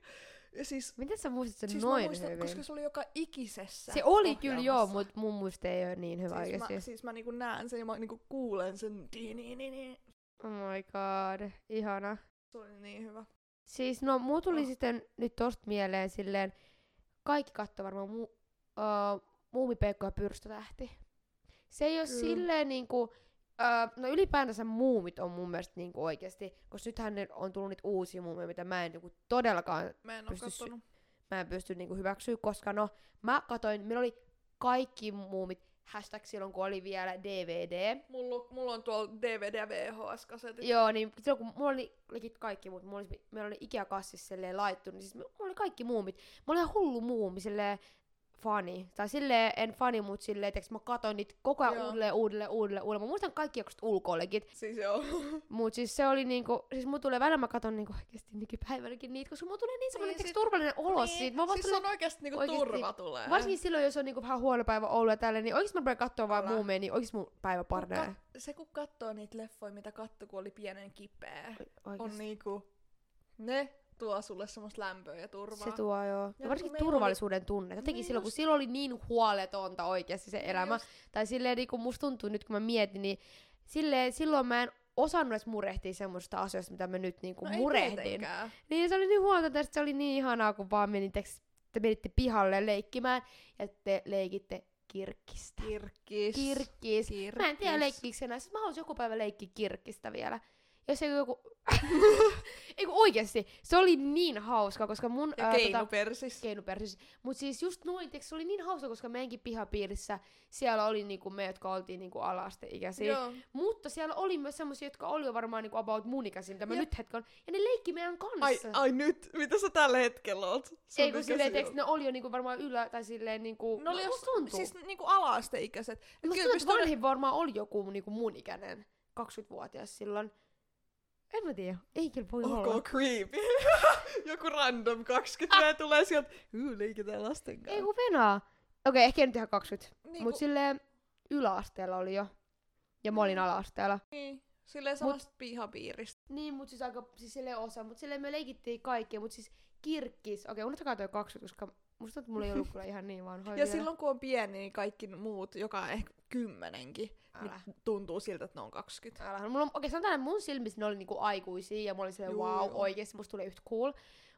S2: Ja siis,
S3: Miten sä muistat sen
S2: siis mä
S3: noin
S2: muistan,
S3: hyvin?
S2: koska se oli joka ikisessä
S3: Se oli kyllä joo,
S2: ohjelmassa.
S3: mutta mun muista ei ole niin hyvä
S2: Siis
S3: oikeesti.
S2: mä, siis mä niinku näen sen ja mä niinku kuulen sen. di-ni-ni-ni.
S3: Oh my god, ihana.
S2: Se oli niin hyvä.
S3: Siis no, mulla tuli
S2: Oh.
S3: sitten nyt tosta mieleen silleen, kaikki katsoo varmaan mu, uh, muumipeikko ja pyrstötähti. Se ei ole
S2: Kyllä.
S3: silleen niinku, uh, no ylipäätänsä muumit on mun mielestä niinku oikeesti, koska nythän ne on tullut niitä uusia muumeja, mitä mä en niinku todellakaan,
S2: Mä en oo
S3: Pysty sy-
S2: kattonut.
S3: mä en pysty niinku hyväksyä, koska no, mä katoin, meillä oli kaikki muumit, hashtag silloin kun oli vielä DVD,
S2: Mulla, mulla on tuolla DVD- ja VHS-kasetit.
S3: Joo, niin silloin kun mulla oli legit kaikki muut, mulla oli, meillä oli ikäkassissa silleen laittu, niin siis mulla oli kaikki muumit. Mä olin ihan hullu muumi, silleen fani. Tai silleen en fani, mut silleen, tiiäks, mä katoin niitä koko ajan
S2: Joo.
S3: uudelleen, uudelleen, uudelleen, uudelleen. Mä muistan kaikki joksut ulkoa legit.
S2: Siis joo.
S3: Mut siis se oli niinku, siis mulla tulee välillä mä katon niinku oikeesti nykypäivänäkin niitä, koska mulla tulee niin semmonen
S2: Niin,
S3: tiiäks,
S2: sit-
S3: turvallinen olo
S2: Niin,
S3: siitä. Mä vaan
S2: siis
S3: tulee-
S2: on oikeesti niinku
S3: oikeesti-
S2: turva tulee.
S3: Varsinkin silloin, jos on niinku vähän huono päivä ollut ja tälleen, niin oikeesti mä rupean kattoo vaan
S2: Älä.
S3: muumeja, niin oikeesti mun päivä
S2: Kun
S3: paranee.
S2: kat- se kun katsoo niitä leffoja, mitä katto, kun oli pienen kipeä,
S3: Oikeesti.
S2: on niinku... Ne tuo sulle semmoista lämpöä ja turvaa.
S3: Se tuo joo. Ja
S2: kun
S3: varsinkin
S2: meillä oli-
S3: turvallisuuden tunne. Jotenkin
S2: Niin
S3: silloin, kun
S2: just.
S3: silloin oli niin huoletonta oikeasti se
S2: Niin
S3: elämä.
S2: just.
S3: Tai silleen, niin kuin musta tuntuu nyt, kun mä mietin, niin silleen, silloin mä en osannut edes murehtia semmoista asioista, mitä mä nyt niin kuin
S2: No ei
S3: murehdin.
S2: tietenkään.
S3: Niin se oli niin huolta, että se oli niin ihanaa, kun vaan menitte, te menitte pihalle leikkimään ja te leikitte kirkkistä.
S2: Kirkkis.
S3: Kirkkis.
S2: Kirkkis.
S3: Mä en tiedä leikkiksen enää. Siis mä haluaisin joku päivä leikkiä kirkkistä vielä. Jos ei joku... ei kun oikeesti. Se oli niin hauska, koska mun...
S2: Ja
S3: ää, tota-
S2: keinopersis.
S3: keinopersis. Mut siis just noin, tiiäks, se oli niin hauska, koska meidänkin pihapiirissä siellä oli niinku me, jotka oltiin niinku alasteikäisiä.
S2: Joo.
S3: Mutta siellä oli myös semmosia, jotka oli jo varmaan niinku about mun ikäisiä, mitä mä
S2: Jep.
S3: nyt hetken Ja ne leikki meidän kanssa.
S2: Ai, ai nyt, mitä sä tällä hetkellä oot? Sun
S3: Ei kun silleen,
S2: ikäisiä
S3: tiiäks, ne oli jo niinku varmaan ylä, tai silleen niinku...
S2: No oli
S3: musta tuntuu.
S2: Siis niinku ala-asteikäiset. Et
S3: Musta
S2: kyllä
S3: tuntuu, että
S2: pystyy-
S3: vanhin varmaan oli joku niinku mun ikäinen, 20-vuotias silloin. En mä tiedä. Ei kyllä voi olla.
S2: Ok, creepy. Joku random 20 ah. tulee sieltä, yuu, leikitään lasten
S3: Ei
S2: kanssa.
S3: kun venaa. Okei, okay, ehkä ei nyt ihan 20.
S2: Niin,
S3: Mut
S2: Mut
S3: silleen yläasteella oli jo. Ja mä olin
S2: Mm.
S3: ala-asteella.
S2: niin, silleen samasta pihapiiristä.
S3: Niin, mut siis aika siis silleen osa. Mut silleen me leikittiin kaikkea, mut siis kirkkis. Okei, unohtakaa toi 20, koska musta tuntuu, että mulla ei ollut kyllä ihan niin vanhoja
S2: Ja
S3: vielä.
S2: silloin kun on pieni, niin kaikki muut, joka on ehkä kymmenenkin,
S3: Älä.
S2: niin tuntuu siltä, että ne on 20.
S3: Älä. Mulla on, oikeastaan tänään mun silmissä ne oli niinku aikuisia ja mulla oli silleen
S2: Juu,
S3: wow,
S2: juu.
S3: oikeesti musta tuli yhtä cool.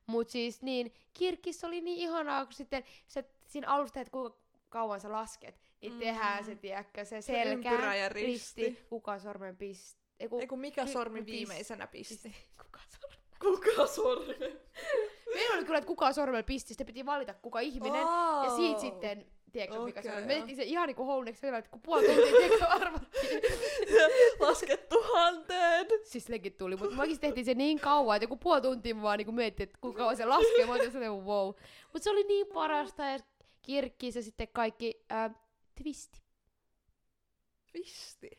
S3: Mut siis niin, kirkkis oli niin ihanaa, kun sitten se, siinä alusta, että kuinka kauan sä lasket, niin
S2: Mm.
S3: tehdään se, tiedätkö, se
S2: Se ympyrä
S3: selkää,
S2: ja risti.
S3: kuka sormen pisti. Ei, siis- ku,
S2: Ei kun mikä
S3: Ky-
S2: sormi
S3: pisti.
S2: viimeisenä pisti.
S3: kuka sormen
S2: Kuka sormi?
S3: Meillä oli kyllä, että kuka sormella pisti, sitten piti valita kuka ihminen. Oh. Ja siitä sitten, tiedätkö mikä
S2: Okei,
S3: se oli.
S2: joo.
S3: Me tehtiin se ihan niinku houneeksi sillä lailla, että kun puoli tuntia tiedätkö arvattiin.
S2: Laskettu hanteen.
S3: siis legit tuli, mutta mäkin tehtiin se niin kauan, että joku puoli tuntia mä vaan niinku miettii, että kuinka kauan se laskee. Mä olin sellainen wow. Mutta se oli niin parasta ja kirkki se sitten kaikki ää, twisti.
S2: Twisti.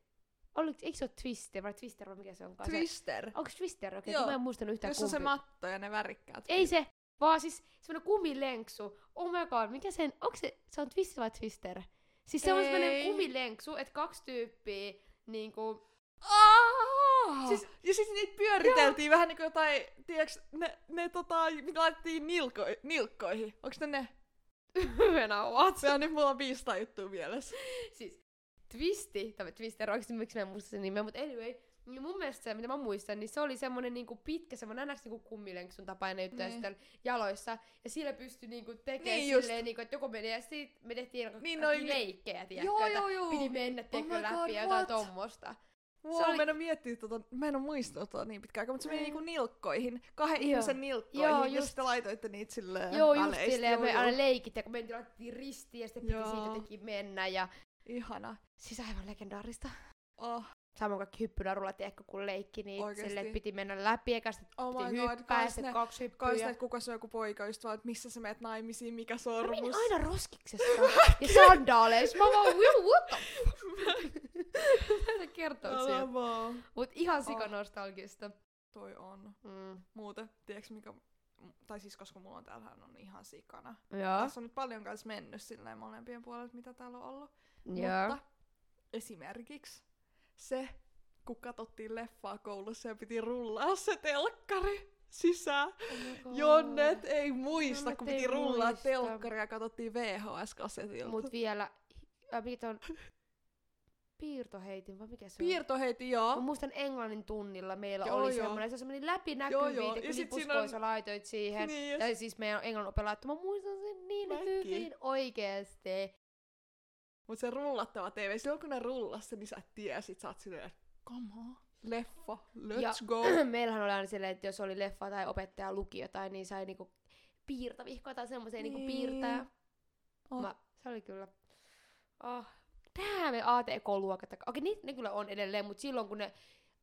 S3: Oliko, eikö se ole twister vai twister vai mikä se onkaan? Se,
S2: Twister.
S3: onko twister okei?
S2: Joo.
S3: Okay, mä en muistanut yhtään
S2: Jos on se
S3: kumpi.
S2: matto ja ne värikkäät.
S3: Ei se, vaan siis semmonen kumilenksu. Oh my god, mikä sen, onko se, se on Twister vai Twister? Siis se on
S2: Ei.
S3: semmonen kumilenksu, että kaksi tyyppiä niinku...
S2: Aa!
S3: Siis-
S2: Siis, ja sitten niitä pyöriteltiin vähän niin kuin jotain, tiiäks, ne, ne tota, mitä laitettiin nilko, nilkkoihin. Onks ne ne?
S3: Hyvänä what?
S2: Se on nyt mulla on 500 juttua mielessä.
S3: Siis Twisti, tai Twister, oikeesti miksi mä en muista sen nimeä, mutta anyway. Niin mun mielestä se, mitä mä muistan, niin se oli semmonen niinku pitkä, semmonen näks niinku kumilenksun tapainen juttu, ja
S2: Niin.
S3: sitten jaloissa. Ja sillä pystyi niinku tekemään
S2: Niin just.
S3: silleen, niinku, että joku meni, ja sit me tehtiin
S2: Niin
S3: niin
S2: ne oli
S3: kaikki
S2: ni-
S3: leikkejä, tiedätkö,
S2: Joo,
S3: että
S2: joo, joo.
S3: piti mennä
S2: my
S3: tekemään
S2: god,
S3: läpi ja jotain
S2: what?
S3: tommosta.
S2: Wow,
S3: Se
S2: se
S3: oli-
S2: oli... mä en oo miettinyt tota, mä en oo muistanut tota niin pitkään, aikaa, mutta se meni
S3: Mm.
S2: niinku nilkkoihin, kahden
S3: Joo.
S2: ihmisen nilkkoihin,
S3: Joo,
S2: joo, ja
S3: just.
S2: sitten laitoitte niitä silleen
S3: Joo, just
S2: väleistä.
S3: silleen, ja
S2: Joo,
S3: me
S2: joo.
S3: aina leikittiin, kun mentiin laitettiin ristiin ja sitten piti
S2: Joo.
S3: siitä jotenkin mennä ja
S2: Ihana.
S3: siis aivan legendaarista.
S2: Oh.
S3: samoin kaikki hyppynarulla, tiedätkö, kun leikki, niin
S2: Oikeesti.
S3: sille että piti mennä läpi, eka sitten
S2: Oh
S3: piti
S2: my god,
S3: hyppää, ja
S2: kans
S3: sitten
S2: ne-
S3: kaksi
S2: Kai
S3: hyppyä.
S2: sitä, että kuka se on joku poika, just vaan, että missä sä meet naimisiin, mikä
S3: Mä
S2: sormus.
S3: menin No aina roskiksesta ja sandaaleissa. Mä vaan, "Wiu, what the fuck? Mä en kertonut siitä.
S2: Älä vaan.
S3: Mut ihan
S2: Oh.
S3: sikanostalgista.
S2: Toi on.
S3: Mm.
S2: Muuten, tiedätkö mikä... m- Tai siis, koska mulla on täällähän on ihan sikana.
S3: Joo.
S2: Tässä on nyt paljon kanssa mennyt silleen molempien puolelle, mitä täällä on ollut.
S3: Joo.
S2: Mutta esimerkiksi se, kun katsottiin leffaa koulussa ja piti rullaa se telkkari sisään. Jonnet ei muista,
S3: Jonnet
S2: kun
S3: ei
S2: piti rullaa
S3: muista.
S2: telkkaria ja katsottiin VHS-kasetilta.
S3: Mut vielä, äh, mikä on piirtoheitin vai mikä se on?
S2: Piirtoheiti,
S3: Mä
S2: joo.
S3: muistan englannin tunnilla meillä
S2: Joo,
S3: oli
S2: joo.
S3: semmoinen, se oli semmoinen
S2: Joo, joo.
S3: läpinäkyvyys,
S2: Ja sit
S3: kun
S2: siinä
S3: lipuspoja
S2: on-
S3: sä laitoit siihen.
S2: Niin just.
S3: Ja siis meidän englannin oppilaat, että mä muistan sen niin
S2: Mäkin.
S3: hyvin oikeesti.
S2: Mut se rullattava TV, silloin kun ne rullas sen, niin sä tiesit, sä oot silleen, että come on, leffa, let's
S3: Ja-
S2: go.
S3: Meillähän oli aina silleen, että jos oli leffa tai opettaja luki jotain, niin sai niinku piirtavihkoa tai semmoisia niinku
S2: Niin.
S3: piirtää.
S2: Oh.
S3: Mä, se oli kyllä... Oh. Tää me ATK-luokat. Okei, niitä ne kyllä on edelleen, mutta silloin kun ne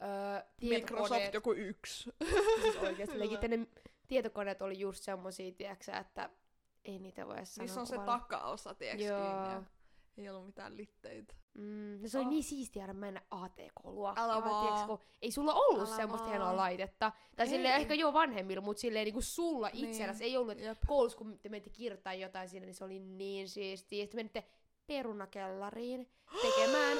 S3: öö,
S2: Microsoft
S3: tietokoneet...
S2: joku yksi.
S3: siis oikeesti
S2: Kyllä.
S3: legitte, ne tietokoneet oli just semmosia, tiiäksä, että ei niitä voi sanoa.
S2: Missä Siis on se
S3: kuvalla.
S2: takaosa, tiiäks,
S3: Joo.
S2: kiinni ja Ei ollut mitään litteitä.
S3: Mm, no se oli
S2: Oh.
S3: niin siistiä aina mennä ATK-luokkaan.
S2: Älä vaan.
S3: tiiäks, kun ei sulla ollut
S2: Älä
S3: semmoista
S2: vaan.
S3: hienoa laitetta. Tai
S2: Ei.
S3: silleen ehkä joo vanhemmilla, mutta silleen niinku sulla
S2: Niin.
S3: itselläsi ei ollut. Et
S2: Jep.
S3: Koulussa kun te menitte kirjoittaa jotain siinä, niin se oli niin siistiä. Sitten menitte perunakellariin tekemään.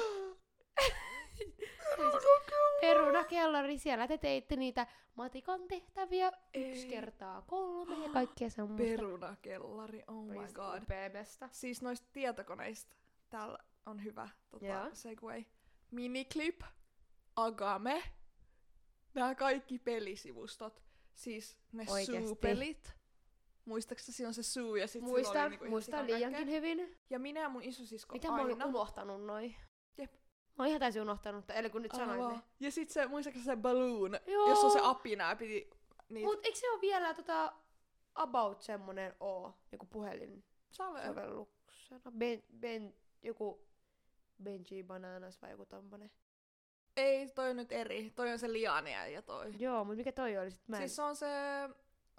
S3: Perunakellari, siellä te teitte niitä matikan tehtäviä yksi
S2: Ei.
S3: kertaa kolme ja kaikkea semmoista.
S2: Perunakellari, oh my
S3: Olisi
S2: god.
S3: upeamesta.
S2: Siis noista tietokoneista. Täällä on hyvä tota,
S3: Joo.
S2: segway. Miniclip, Agame, nämä kaikki pelisivustot. Siis ne
S3: Oikeesti.
S2: Suu-pelit. Muistaakseni siinä on se Suu ja sitten
S3: Muistan,
S2: niinku ihan
S3: muistan
S2: sikakaikkea.
S3: liiankin hyvin.
S2: Ja minä ja mun isosisko
S3: Mitä mä
S2: aina.
S3: olin unohtanut noin?
S2: Jep.
S3: Mä oon ihan täysin unohtanut, eli kun nyt
S2: Aivan.
S3: sanoit ne.
S2: Ja sit se, muistaakseni se Balloon,
S3: Joo.
S2: jossa on se apina ja piti... Niin, Mut...
S3: Mut eikö se ole vielä tota about semmonen oo, joku puhelin sovelluksena? Ben, ben, joku Benji Bananas vai joku tommonen.
S2: Ei, toi on nyt eri. Toi on se Liania ja toi.
S3: Joo, mut mikä toi oli sit? Mä en...
S2: Siis se on se,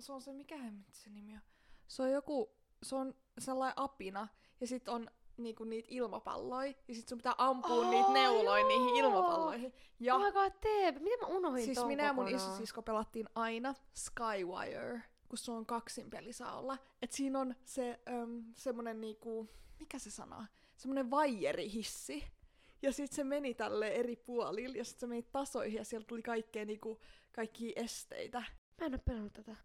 S2: se on se, mikä hemmetti se nimi on? Se on joku, se on sellainen apina ja sit on niinku niitä ilmapalloja ja sit sun pitää ampua
S3: Aa,
S2: niitä neuloja niihin
S3: joo.
S2: ilmapalloihin. Ja
S3: Oh my god, teep. Miten mä unohdin
S2: siis
S3: ton
S2: minä ja mun
S3: kokonaan?
S2: isosisko pelattiin aina Skywire, kun se on kaksin peli saa olla. Et siinä on se äm, semmonen niinku, mikä se sana? Semmonen vaijerihissi. Ja sit se meni tälle eri puolille ja sit se meni tasoihin ja sieltä tuli kaikkea niinku, kaikki esteitä.
S3: Mä en oo pelannut tätä.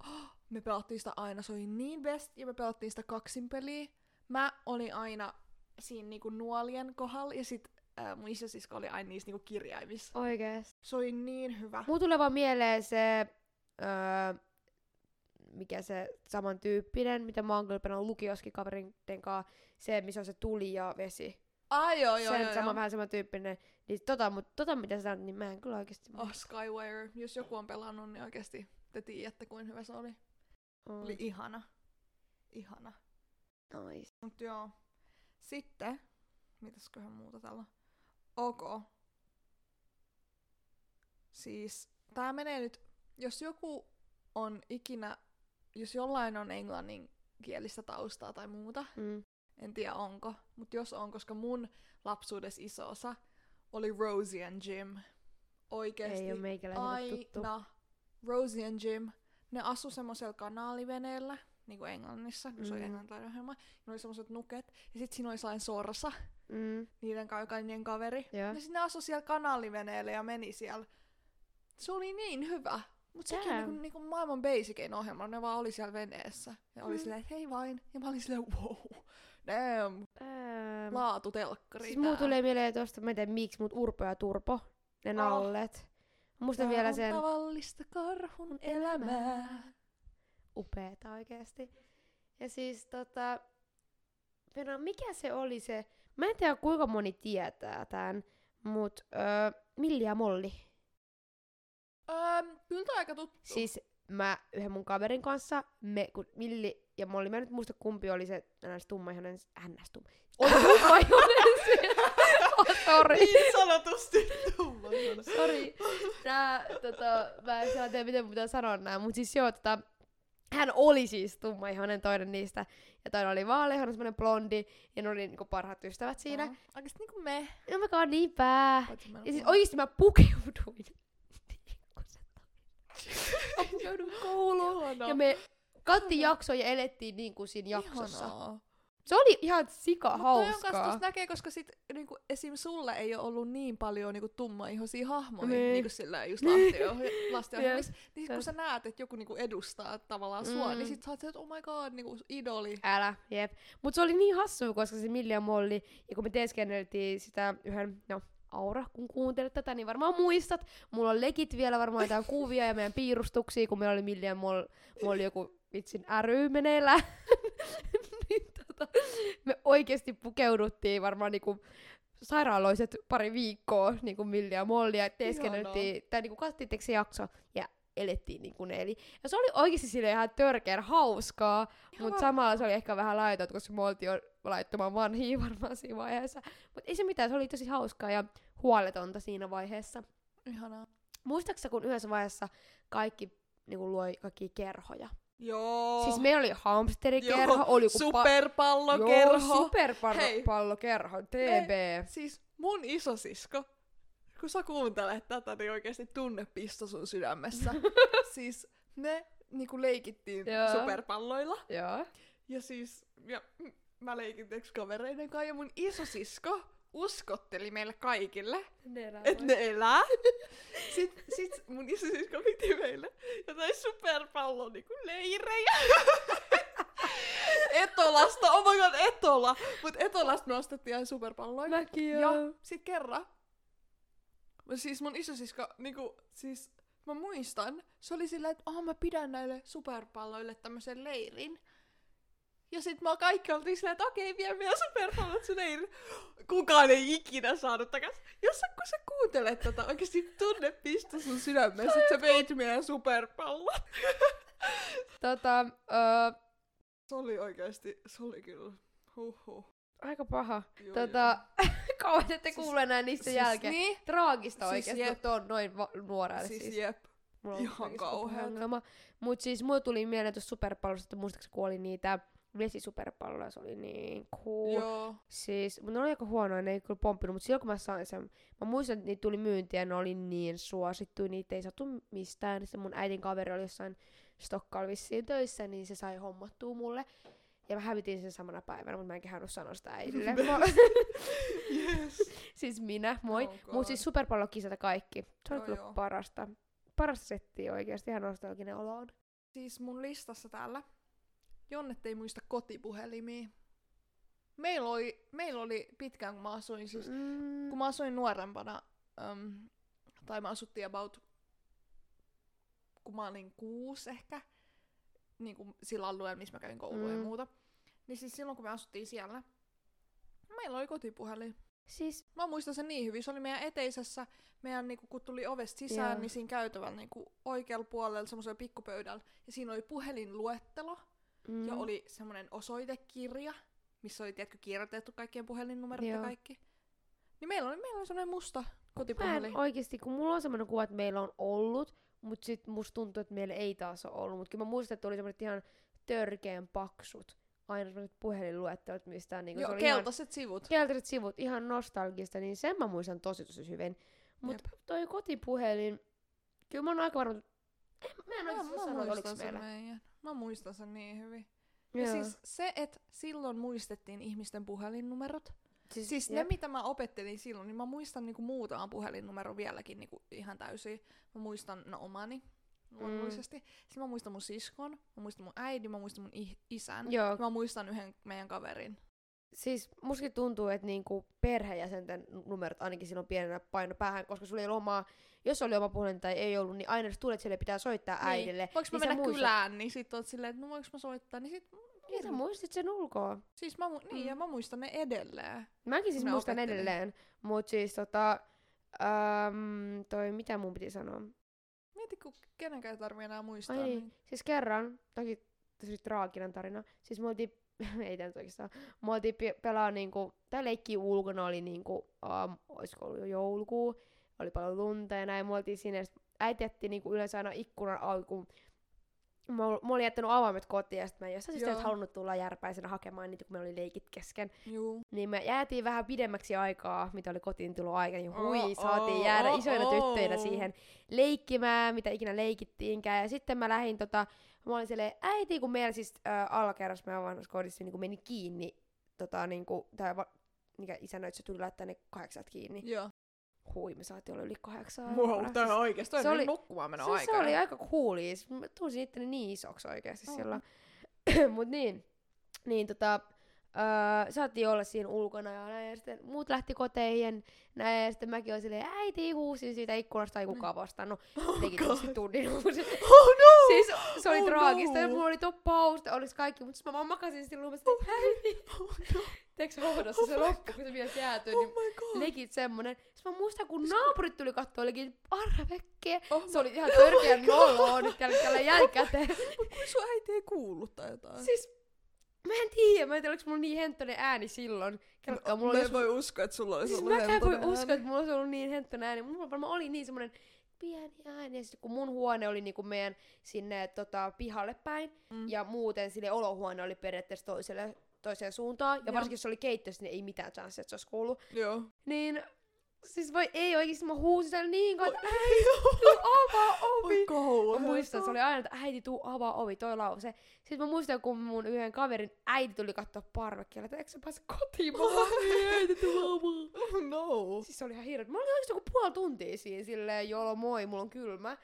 S2: Me pelattiin sitä aina, se oli niin best, ja me pelattiin sitä kaksin peliä. Mä olin aina siinä niinku nuolien kohdalla, ja sit ää, mun isosisko oli aina niissä niinku kirjaimissa.
S3: Oikeesti.
S2: Se oli niin hyvä.
S3: Mulla tulee vaan mieleen se, öö, mikä se samantyyppinen, mitä mä oon kyllä pelannut lukioskin kaveriden kanssa, se missä on se tuli ja vesi.
S2: Ai joo, joo,
S3: se
S2: joo,
S3: sama,
S2: joo.
S3: vähän samantyyppinen. Niin tota, mut, tota mitä sä sanoit, niin mä en kyllä oikeesti.
S2: Oh, Skywire. Jos joku on pelannut, niin oikeasti te tiedätte, kuin hyvä se oli.
S3: Oh,
S2: Oli ihana. Ihana.
S3: nice.
S2: Mut joo. Sitten, mitäsköhän muuta täällä on? Ok. Siis, tää menee nyt, jos joku on ikinä, jos jollain on englanninkielistä taustaa tai muuta,
S3: Mm.
S2: en tiedä onko, mutta jos on, koska mun lapsuudessa iso osa oli Rosie and Jim. Oikeesti.
S3: Ei oo meikäläiselle tuttu.
S2: Aina. no. Rosie and Jim. Ne asu semmoisella kanaaliveneellä, niinku Englannissa, kun se oli
S3: Mm.
S2: englantilainen ohjelma. Ne oli semmoiset nuket. Ja sit siinä oli sellainen sorsa,
S3: Mm.
S2: niiden kanssa, joka oli niiden kaveri.
S3: Joo.
S2: Ja sit ne asu siellä kanaaliveneellä ja meni siellä. Se oli niin hyvä. Mut sekin on
S3: Damn.
S2: niinku, niinku maailman basicin ohjelma. Ne vaan oli siellä veneessä. Ja oli
S3: Mm.
S2: silleen, että hei vain. Ja mä olin silleen, wow. Damn.
S3: Ähm.
S2: Laatutelkkari.
S3: Siis muu
S2: tää.
S3: tulee mieleen tosta, mä en tiedä miksi, mut Urpo ja Turpo, ne
S2: Oh.
S3: nallet. Muistan
S2: Tää
S3: vielä
S2: on
S3: sen
S2: tavallista karhun elämää.
S3: upeeta oikeesti. Ja siis tota, Pena, mikä se oli se, mä en tiedä kuinka moni tietää tän, mut öö, Milli ja Molli.
S2: Öm, kyllä tää aika tuttu.
S3: Siis mä yhden mun kaverin kanssa, me, kun Milli ja Molli, mä en nyt muista kumpi oli se ns. tummaihonen, ns. tumma. Oli tummaihonen se. Oh, sorry.
S2: Niin sanotusti tumma. tuota.
S3: Sori. Tää, tota, mä en saa tiedä, miten mun pitää sanoa nää, mut siis joo, tota, hän oli siis tummaihoinen toinen niistä, ja toinen oli vaaleahoinen, semmonen blondi, ja ne oli niinku parhaat ystävät siinä.
S2: Mm. Oikeesti niinku me.
S3: No mä kaan niin pää.
S2: Paitsi mä en
S3: Ja siis
S2: ole-
S3: oikeesti mä pukeuduin. Kun se tuli. mä pukeudun kouluun.
S2: Ihanaa.
S3: Ja me kattiin jaksoa ja elettiin niin kuin siinä jaksossa.
S2: Ihanaa.
S3: Se oli ihan sika
S2: Mut toi on kanssa
S3: hauskaa.
S2: tuossa näkee, koska sit niinku, esim. sulla ei ole ollut niin paljon niinku, tummaihoisia hahmoja,
S3: Niin.
S2: niin. niinku sillä just
S3: Niin.
S2: lastenohje- lastenohjelmissa, niin sit, kun
S3: Jep.
S2: sä näet, että joku niinku edustaa tavallaan sua,
S3: Mm.
S2: niin sit sä oot se, että oh my god, niinku idoli.
S3: Älä, jep. Mut se oli niin hassua, koska se Milli ja Molli, ja kun me teeskenneltiin sitä yhden, no, Aura, kun kuuntelet tätä, niin varmaan muistat. Mulla on legit vielä varmaan jotain kuvia ja meidän piirustuksia, kun meillä oli Milli ja Mol, Molli joku vitsin ry meneillään. niin tota, me oikeasti pukeuduttiin varmaan niinku sairaaloiset pari viikkoa niinku Milli ja Molli, ja teeskenneltiin, tai niinku katsottiin teikö se jakso, ja elettiin niinku ne. Eli, ja se oli oikeasti sille ihan törkeän hauskaa, mutta samalla se oli ehkä vähän laitonta, koska me oltiin jo laittoman vanhia varmaan siinä vaiheessa. Mutta ei se mitään, se oli tosi hauskaa ja huoletonta siinä vaiheessa.
S2: Ihanaa.
S3: Muistaaksä, kun yhdessä vaiheessa kaikki niinku, luoi kaikki kerhoja?
S2: Joo.
S3: Siis meillä oli hamsterikerho,
S2: Oh. Joo,
S3: oli joku pa-
S2: superpallokerho.
S3: Joo,
S2: Hei.
S3: superpallokerho, TB.
S2: Siis mun isosisko, kun sä kuuntelet tätä, niin oikeasti tunne pisto sun sydämessä. siis ne niinku leikittiin
S3: Joo.
S2: superpalloilla.
S3: Joo.
S2: Ja siis, ja, mm, mä leikin teeksi kavereiden kanssa ja mun isosisko uskotteli meille kaikille, että ne elää. Sitten sit mun isosisko piti meille jotain superpallon niinku leirejä. Etolasta, oh my god, Etola! Mut Etolasta me ostettiin ihan superpalloja.
S3: Mäkin
S2: Ja
S3: joo.
S2: sit kerran, siis mun isosisko, niinku, siis mä muistan, se oli silleen, että oh, mä pidän näille superpalloille tämmösen leirin. Ja sit mä kaikki oltiin silleen, että okei, vie meidän superpallot sun leirin. Kukaan ei ikinä saanut takas. Jos sä, kun sä kuuntelet tätä, oikeesti tunne pistä sun sydämessä, että sä veit meidän superpallot.
S3: Tota, ö,
S2: Se oli oikeesti, se oli kyllä, huhhuh.
S3: aika paha.
S2: Joo,
S3: Tota, kauan ette
S2: Siis-
S3: kuule enää niistä
S2: siis
S3: jälkeen.
S2: niin.
S3: Traagista
S2: Siis
S3: oikeesti,
S2: jep.
S3: että on noin va-
S2: joo.
S3: nuorelle siis.
S2: Siis jep.
S3: Mulla on
S2: Ihan
S3: oikeesti
S2: kauheeta.
S3: ongelma. Mut siis mulle tuli mieleen tuossa superpallosta, että muistaakseni kun oli niitä vesisuperpalloja, se oli niin cool. Joo.
S2: Joo.
S3: Siis, mut ne oli aika huonoja, ne ei kyllä pomppinut, mutta silloin kun mä sain sen, mä muistan, että niitä tuli myyntiä, ne oli niin suosittuja, niitä ei saatu mistään. Sitten mun äitin kaveri oli jossain Stockholmissa töissä, niin se sai hommattua mulle. Ja mä hävitin sen samana päivänä, mutta mä en kehannut sanoa sitä äidille. Mä-
S2: Yes.
S3: siis minä, moi.
S2: Oh
S3: Mut siis superpallokisat ja kaikki. Se oli
S2: Joo,
S3: kyllä
S2: No joo.
S3: parasta. Parasta settiä oikeesti, ihan nostalginen olo on.
S2: Siis mun listassa täällä, Jonnet ei muista kotipuhelimia. Meillä oli, meillä oli pitkään, kun mä asuin, siis,
S3: Mm,
S2: kun mä asuin nuorempana, äm, tai mä asuttiin about, kun mä olin kuusi ehkä, niin kuin sillä alueella, missä mä kävin koulua
S3: Mm.
S2: ja muuta, niin siis silloin, kun me asuttiin siellä, meillä oli kotipuhelin.
S3: Siis,
S2: Mä muistan sen niin hyvin. Se oli meidän eteisessä. Meidän, niinku, kun tuli ovesta sisään,
S3: Joo.
S2: niin siinä käytävällä niinku, oikealla puolella semmoisella pikkupöydällä. Ja siinä oli puhelinluettelo
S3: mm,
S2: ja oli semmoinen osoitekirja, missä oli, tiedätkö, kirjoitettu kaikkien puhelinnumerot ja
S3: Joo.
S2: kaikki. Niin meillä oli, meillä oli semmoinen musta
S3: mä
S2: kotipuhelin.
S3: en niinku, oikeesti, kun mulla on semmonen kuva, että meillä on ollut, mut sit musta tuntuu, että meillä ei taas ole ollut. Mut kyllä mä muistan, että oli semmoset ihan törkeen paksut. Aina semmoset puhelinluettelot, mistä niinku, se
S2: Joo,
S3: oli ihan
S2: keltaiset sivut.
S3: keltaiset sivut, ihan nostalgista, niin sen mä muistan tosi tosi hyvin. Mut toi kotipuhelin, kyllä mä oon aika varma, en- mä en
S2: Mä,
S3: oikeesti
S2: mä,
S3: sano, että oliks
S2: muistan sen
S3: meillä.
S2: meidän. Mä muistan sen niin hyvin. Ja
S3: Joo.
S2: siis se, että silloin muistettiin ihmisten puhelinnumerot,
S3: Siis,
S2: Siis ne,
S3: jep.
S2: mitä mä opettelin silloin, niin mä muistan niinku muutaman puhelinnumero vieläkin niinku ihan täysin. Mä muistan no omani, luonnollisesti. Mm. Sitten mä muistan mun siskon, mä muistan mun äidin, mä muistan mun ih- isän.
S3: Joo,
S2: Mä muistan yhden meidän kaverin.
S3: siis mustakin tuntuu, että niinku perheenjäsenten numerot ainakin silloin pienenä paino päähän, koska sulla ei ollut omaa, jos oli oma puhelin tai ei ollut, niin aina jos tulet sille pitää soittaa äidille.
S2: Niin. Voinko mä
S3: sä
S2: mennä
S3: muistat-
S2: kylään, niin sit oot silleen, että no voinko mä soittaa, niin sit...
S3: Niin sä muistit sen ulkoa.
S2: Siis mä, mu- niin,
S3: Mm.
S2: ja mä muistan ne edelleen.
S3: Mäkin siis
S2: Mä
S3: muistan
S2: opettelin.
S3: edelleen, mutta siis tota, äm, toi mitä mun piti sanoa?
S2: Mieti, kun kenenkään ei tarvii enää muistaa.
S3: Ai niin. Siis kerran, toki tosi traaginen tarina, siis me oltiin, ei tämä nyt oikeastaan, me oltiin pe- pelaa niinku, tai leikki ulkona oli niinku, um, olisiko ollut jo joulukuu, oli paljon lunta ja näin, me oltiin siinä, ja sit äiti jätti niinku yleensä aina ikkunan auki, kun mä, ol- mä olin jättänyt avaimet kotiin, ja sitten mä jostain syystä
S2: Joo.
S3: en halunnut tulla järpäisenä hakemaan niitä, kun meillä oli leikit kesken.
S2: Juu.
S3: Niin me jäätiin vähän pidemmäksi aikaa, mitä oli kotiin tulo aika, niin hui,
S2: Oh,
S3: saatiin
S2: oh,
S3: jäädä
S2: oh,
S3: isoina
S2: oh.
S3: tyttöinä siihen leikkimään, mitä ikinä leikittiinkään. Ja sitten mä lähdin tota, mä olin silleen, äiti, kun meillä siis äh, alakerras meidän vanhassa kodissa niin kun meni kiinni, tota niinku, tää va- mikä isännöitsijä tuli laittaa ne kahdeksat kiinni.
S2: Joo.
S3: Hui, me saatiin olla yli kahdeksaa.
S2: Wow, tää on oikeesti. Toi
S3: Se
S2: on
S3: oli-
S2: nyt nukkumaan meno
S3: Siis se,
S2: aika.
S3: se oli aika coolia. Siis Mä tunsin itteni niin isoksi oikeasti
S2: Joo.
S3: silloin. Mut niin. Niin tota, öö, saatiin olla siinä ulkona ja näin. Ja sitten muut lähti koteihin näin. Ja sitten mäkin olin silleen, äiti huusin siitä ikkunasta, ei kukaan vastannut. Teki
S2: Oh God.
S3: tosi tunnin huusin.
S2: Oh no!
S3: Siis se oli
S2: Oh
S3: oh traagista.
S2: no.
S3: No. Mulla oli toppaus, olis kaikki. Mut sitten mä vaan makasin siinä lumessa, että äiti.
S2: Oh no,
S3: Teekö haudossa se loppu, kun se vielä jäätyi.
S2: oh
S3: Niin
S2: my god.
S3: legit semmonen. Sitten mä muistan, kun naapurit tuli katsoa legit arvekkeä.
S2: Siis Oh
S3: Se oli ihan törkeä
S2: my God. Oh
S3: noloa nyt tällä tällä jälkikäteen.
S2: Mut kun sun äiti ei kuullut tai jotain.
S3: siis mä en tiedä, mä en tiedä, oliko mulla niin henttonen ääni silloin. Kertokaa, mulla
S2: No, Mä
S3: oli
S2: en
S3: joskus...
S2: voi uskoa, että sulla olisi
S3: Siis
S2: ollut
S3: mäkään en voi
S2: hentonen
S3: uskoa, että mulla olisi ollut niin henttonen ääni. Mulla varmaan oli niin semmonen pieni ääni. Ja sitten kun mun huone oli niinku meidän sinne tota, pihalle päin.
S2: Mm.
S3: Ja muuten sille olohuone oli periaatteessa toiselle, toiseen suuntaan. Ja
S2: Joo.
S3: varsinkin jos se oli keittiössä, niin ei mitään chanssia, että se olisi kuullut.
S2: ääni. Joo.
S3: Niin, siis voi ei oikeesti, mä huusin siellä niin kauan, että äiti,
S2: Joo.
S3: tuu avaa ovi. Mä
S2: kauheeta.
S3: muistan, se oli aina, että äiti, tuu avaa ovi, toi lause. Sitten mä muistan, kun mun yhden kaverin äiti tuli katsoa parvekkeelle, että eikö sä pääse kotiin mukaan?
S2: Ei, tätä maailmaa. Oh no.
S3: siis se oli ihan hirveä. Mä olin oikeesti joku puoli tuntia siinä silleen, jolo moi, mulla on kylmä.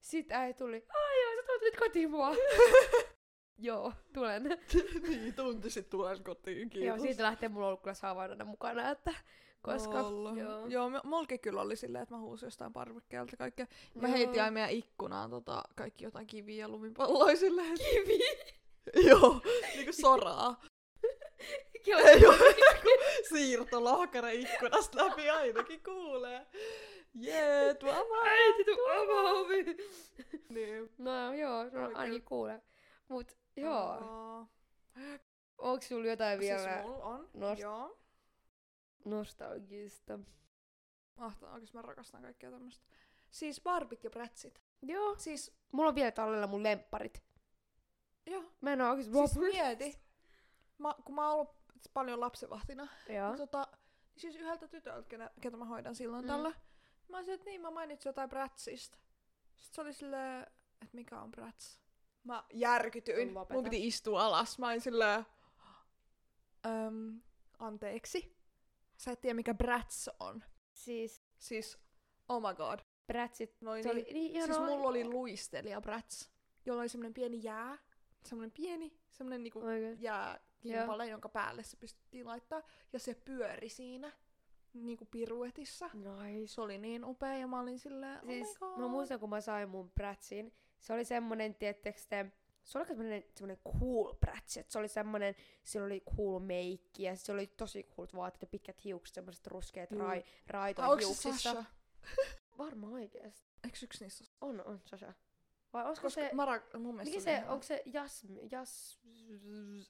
S3: Sitten äiti tuli, ai joo, sä tulet nyt kotiin mua. joo, tulen.
S2: niin, tunti sit tulen kotiin, kiitos.
S3: Joo, siitä lähtee mulla ollut kyllä saavainana mukana, että koska...
S2: Olla. Joo,
S3: Joo.
S2: joo me, mulki kyllä oli silleen, että mä huusin jostain parvekkeelta kaikkea. Mä
S3: Joo.
S2: heitin aina meidän ikkunaan tota, kaikki jotain kiviä ja lumipalloja silleen. että-
S3: Kivi!
S2: joo, niinku soraa.
S3: Kivi.
S2: joo, siirtolohkare ikkunasta läpi ainakin kuulee. Jee, tuo avaa.
S3: Äiti, tuu avaa ovi!
S2: Niin.
S3: No joo, no,
S2: Oli
S3: ainakin kuule. Mut joo,
S2: Aa,
S3: onks sulla jotain vielä
S2: Siis mulla on.
S3: nost-
S2: Joo.
S3: nostalgista?
S2: Mahtavaa, oikeesti mä rakastan kaikkea tämmöstä. Siis barbit ja prätsit.
S3: Joo,
S2: Siis,
S3: mulla on vielä tallella mun lempparit.
S2: joo.
S3: Mä en oo oikeesti
S2: Siis mieti. Mä, kun mä oon ollut paljon lapsivahtina,
S3: Joo.
S2: Niin Tota, siis yhdeltä tytöltä, kenä, ketä mä hoidan silloin
S3: Mm.
S2: mm. tällä. Mä olisin, että niin, mä mainitsin jotain bratsista. Sitten se oli silleen, että mikä on brats. Mä järkytyin.
S3: Lopeta.
S2: Mun piti istua alas. Mä olin silleen, Öm, anteeksi. Sä et tiedä, mikä brats on.
S3: Siis
S2: Siis, oh my god.
S3: prätsit.
S2: Noin
S3: Se oli niin ihanaa.
S2: siis mulla oli luistelija brats, jolla oli semmonen pieni jää. Semmonen pieni, semmonen niinku
S3: Oikein.
S2: ja kimpale, jonka päälle se pystyttiin laittaa. Ja se pyöri siinä niinku piruetissa.
S3: Nice.
S2: Se oli niin upea ja mä olin silleen,
S3: Siis
S2: oh my god.
S3: mä muistan, kun mä sain mun prätsin. Se oli semmonen, tiettekö te, se oli aika semmonen, semmonen cool prätsi. Et se oli semmonen, sillä oli cool meikki ja se oli tosi cool vaatteet ja pitkät hiukset, semmoset ruskeat
S2: Juu.
S3: rai, raitoja
S2: Ah, onks se
S3: hiuksista.
S2: Sasha?
S3: Varmaan oikeesti.
S2: Eiks yks niissä ole?
S3: On, on Sasha. Vai olisiko
S2: Koska
S3: se...
S2: se, Mara, mun mielestä
S3: Mikä
S2: se,
S3: se,
S2: oli
S3: onko se Jasmi, Jas...
S2: ihan-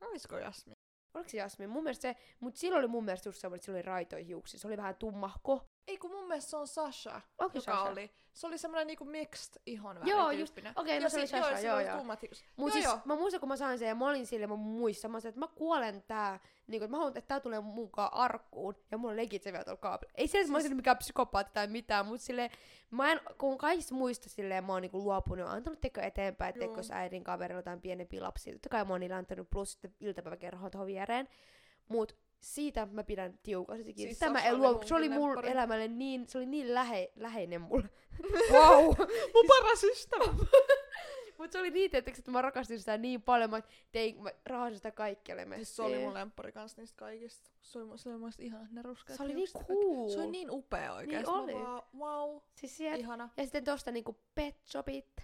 S2: Olisiko Jasmi?
S3: Oliko se Jasmi? Mun mielestä se, mut silloin oli mun mielestä just semmoinen, että sillä oli raitoja hiuksia. Se oli vähän tummahko.
S2: Ei kun mun mielestä se on Sasha,
S3: Onko
S2: joka
S3: Sasha?
S2: oli. Se oli semmonen niinku mixed ihon
S3: Joo, just- okei,
S2: Ja
S3: no se oli
S2: sit- joo,
S3: Sasha,
S2: sillä
S3: joo,
S2: oli
S3: joo.
S2: tummat hiukset.
S3: Mut
S2: Joo,
S3: siis
S2: joo.
S3: mä muistan, kun mä sain sen ja mä olin sille, mä muistan, mä sanoin, että mä kuolen tää. Niin kun, mä haluan, että tää tulee mukaan arkkuun. Ja mulla on legit se vielä tuolla kaapilla. Ei se, että mä
S2: Siis-
S3: olisin mikään psykopaatti tai mitään, mut sille mä en, kun kaikista muista silleen mä oon niinku luopunut, antanut teko eteenpäin, että
S2: Joo.
S3: jos äidin kaverilla jotain pienempiä lapsia. Totta kai mä oon niillä antanut plus sitten iltapäiväkerhoon tuohon viereen. Mut siitä mä pidän tiukasti kiinni.
S2: Siis
S3: Sitä mä
S2: Sasha
S3: en
S2: oli
S3: luovu,
S2: munkin
S3: se oli mun
S2: lemppari.
S3: elämälle niin, se oli niin lähe, läheinen mulle. wow!
S2: Mun paras ystävä.
S3: Mut se oli niin, tietysti, että mä rakastin sitä niin paljon, mä tein, mä rahasin sitä kaikkialle messiin.
S2: Siis se oli mun lemppari kans niistä kaikista. Se oli, mu- se oli mun mielestä ihana, ne ruskeat
S3: Se oli niin
S2: hiukset ja kaikki.
S3: cool.
S2: Se oli niin upea oikeesti.
S3: oli.
S2: Mä vaan, wow,
S3: Siis sieltä-
S2: ihana.
S3: ja sitten tosta niinku pet shopit.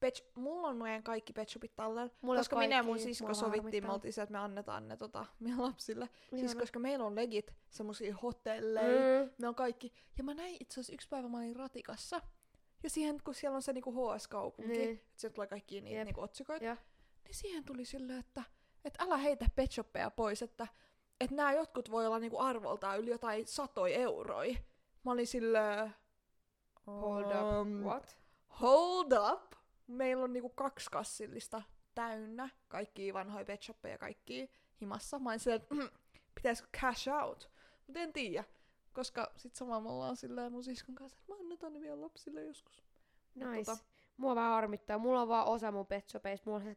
S2: Pet, mulla on meidän kaikki Pet Shopit tallella,
S3: Mulla
S2: koska minä ja mun sisko
S3: mua
S2: sovittiin, me
S3: harmittaa.
S2: oltiin se, että me annetaan ne tota, meidän lapsille. Siis
S3: Ihana.
S2: koska meillä on legit semmosia hotelleja, mm.
S3: Mm.
S2: me on kaikki. Ja mä näin itse asiassa yksi päivä mä olin ratikassa. Ja siihen, kun siellä on se niinku HS-kaupunki,
S3: Niin.
S2: niin. että sieltä tulee kaikki niitä
S3: Jep.
S2: niinku otsikoita,
S3: Joo.
S2: niin siihen tuli silleen, että, että älä heitä Pet Shoppeja pois, että, että nämä jotkut voi olla niinku arvoltaan yli jotain satoi euroja. Mä olin silleen...
S3: Hold up.
S2: um,
S3: What?
S2: Hold up! Meillä on niinku kaksi kassillista täynnä kaikki vanhoja pet shoppeja kaikki himassa. Mä olin silleen, että mm, pitäisikö cash out? Mut en tiedä, koska sit samalla me ollaan silleen mun siskon kanssa, että mä annetaan ne vielä lapsille joskus. Mut
S3: Nice. Mua vähän harmittaa. Mulla on vaan osa mun petsopeista. Mulla on se-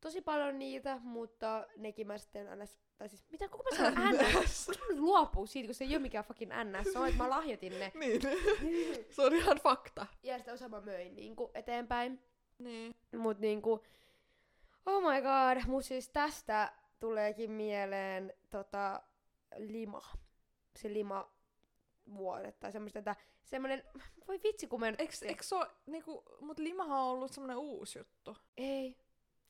S3: tosi paljon niitä, mutta nekin mä sitten ns... Tai siis, mitä, kuka mä sanon ns? Mä nyt luopuu siitä, kun se ei ole mikään fucking ns. Se on, että mä lahjoitin ne.
S2: niin, se on ihan fakta.
S3: Ja sitten osa mä möin niinku eteenpäin.
S2: Niin.
S3: Mut niinku, oh my god, mut siis tästä tuleekin mieleen tota lima. Se lima vuodet tai semmoista, että semmonen, voi vitsi kun mä en...
S2: Eks, eks se oo, niinku, mut limahan on ollut semmonen uusi juttu.
S3: Ei.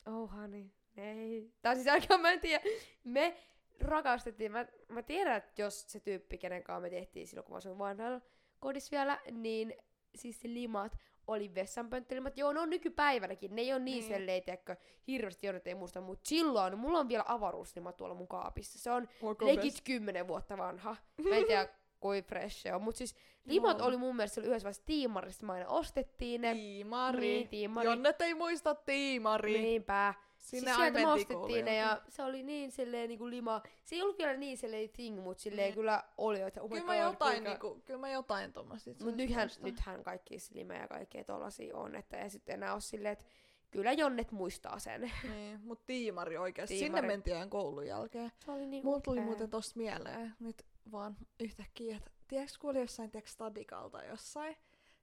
S3: Oh honey, ei. Tai siis ainakaan mä en tiedä, me rakastettiin, mä, mä tiedän, että jos se tyyppi, kenen kanssa me tehtiin silloin, kun mä asuin vanhalla kodissa vielä, niin siis se limat oli vessanpönttilimat. Joo, ne on nykypäivänäkin, ne ei ole niin,
S2: Niin.
S3: niin. selleen, tiedätkö, hirveästi jonnet ei muista, mutta silloin mulla on vielä avaruuslimat tuolla mun kaapissa. Se on legit 10 vuotta vanha. Mä en tiedä, kuin fresh se on. Mutta siis limat
S2: Joo.
S3: oli mun mielestä silloin yhdessä vaiheessa tiimarissa, mä aina ostettiin ne.
S2: Tiimari.
S3: Niin, tiimari.
S2: Jonnet ei muista tiimari.
S3: Niinpä.
S2: Sinne
S3: siis sieltä
S2: aina
S3: me
S2: mentiin
S3: ostettiin ne
S2: kouluun.
S3: ja se oli niin silleen niinku lima. Se ei ollut vielä niin silleen thing, mut silleen
S2: Mm.
S3: mm. kyllä oli, että oh my
S2: Kyllä mä
S3: god,
S2: jotain,
S3: kuinka-
S2: niinku, kyllä mä jotain tommosia.
S3: Mut nythän, nythän kaikki slime ja kaikkea tollasia on, että ei sit enää oo silleen, että kyllä jonnet muistaa sen.
S2: Niin, mut tiimari oikeesti. Sinne
S3: Tiimari.
S2: mentiin ajan koulun jälkeen.
S3: Se oli niin
S2: Mulla tuli
S3: upea.
S2: muuten tosta mieleen nyt vaan yhtäkkiä, että tiedätkö kun oli jossain tiedätkö, stadikalta jossain,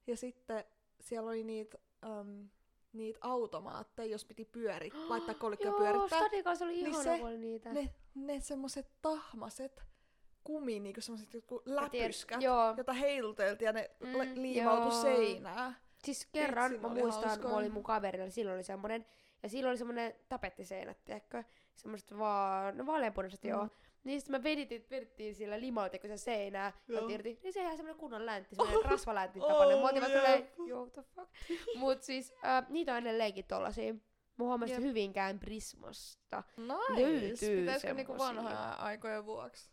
S2: ja sitten siellä oli niitä um, niitä automaatteja, jos piti pyörit, laittaa kolikkoja
S3: Joo,
S2: pyörittää.
S3: Stadikas oli
S2: Niin
S3: ihana
S2: se-
S3: niin puoli niitä.
S2: Ne, ne semmoset tahmaset kumi, niinku semmoset joku
S3: Mä tiedän-
S2: läpyskät,
S3: Joo,
S2: jota heiluteltiin ja ne mm,
S3: Mm,
S2: liimautu
S3: joo.
S2: seinään.
S3: siis kerran
S2: Vitsi,
S3: mä
S2: oli
S3: muistan,
S2: hauskoja.
S3: kun olin mun kaverilla, silloin oli semmonen, ja silloin oli semmonen tapettiseinät, tiedätkö? Semmoset vaan, no vaaleanpunaiset
S2: Mm.
S3: mm. joo. Niin sit me vedittiin, vedittiin sillä limalla, tiedätkö se seinää, ja
S2: Joo.
S3: irti, niin se jäi semmonen kunnon läntti, semmonen rasvaläntti tapainen.
S2: Oh,
S3: Mä otin vaan
S2: jep.
S3: silleen, yo the fuck. Mut siis, äh, niitä on edelleenkin tollasii. Mä huomasin
S2: Jep.
S3: että Hyvinkään Prismasta.
S2: Nice.
S3: Löytyy
S2: Pitäisikö niinku
S3: semmosia.
S2: vanhoja aikoja vuoksi?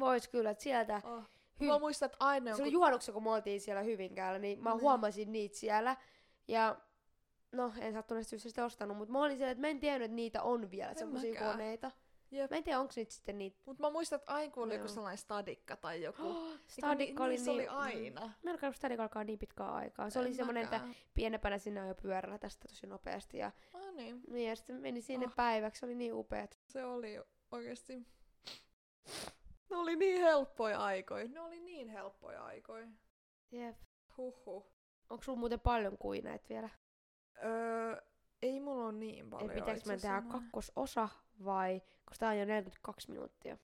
S3: Vois kyllä, että sieltä.
S2: Oh.
S3: Hy-
S2: Mä muistan, että aina
S3: Se oli
S2: joku...
S3: juhannuksena, kun me oltiin siellä Hyvinkäällä, niin mä
S2: Niin.
S3: huomasin niitä siellä. Ja no, en sattuneesta syystä sitä ostanut, mutta mä olin siellä, että mä en tiennyt, että niitä on vielä
S2: En
S3: semmoisia
S2: mäkään.
S3: koneita.
S2: Oh Jep.
S3: Mä en tiedä, onko niitä sitten niitä.
S2: Mut mä muistan, että aina kun oli joku
S3: Joo.
S2: sellainen stadikka tai joku.
S3: Oh,
S2: Eiku
S3: Stadikka oli,
S2: Niin niissä
S3: niin...
S2: oli aina.
S3: Mä en ole Stadikka alkaa niin pitkään aikaa. Se
S2: En
S3: oli semmoinen, että
S2: mäkään.
S3: pienempänä sinä jo pyörällä tästä tosi nopeasti. Ja,
S2: Ah niin,
S3: niin, ja sitten meni sinne
S2: Oh.
S3: päiväksi, se oli niin upeat.
S2: se oli oikeesti... Ne oli niin helppoja aikoja. Ne oli niin helppoja aikoja.
S3: Jep.
S2: Huhhuh.
S3: Onko sulla muuten paljon kuin näitä vielä?
S2: Öö, ei mulla ole niin
S3: Ei,
S2: paljon.
S3: pitääkö
S2: itse
S3: mä tehdä
S2: asiassa.
S3: kakkososa vai? Koska tää on jo 42 minuuttia.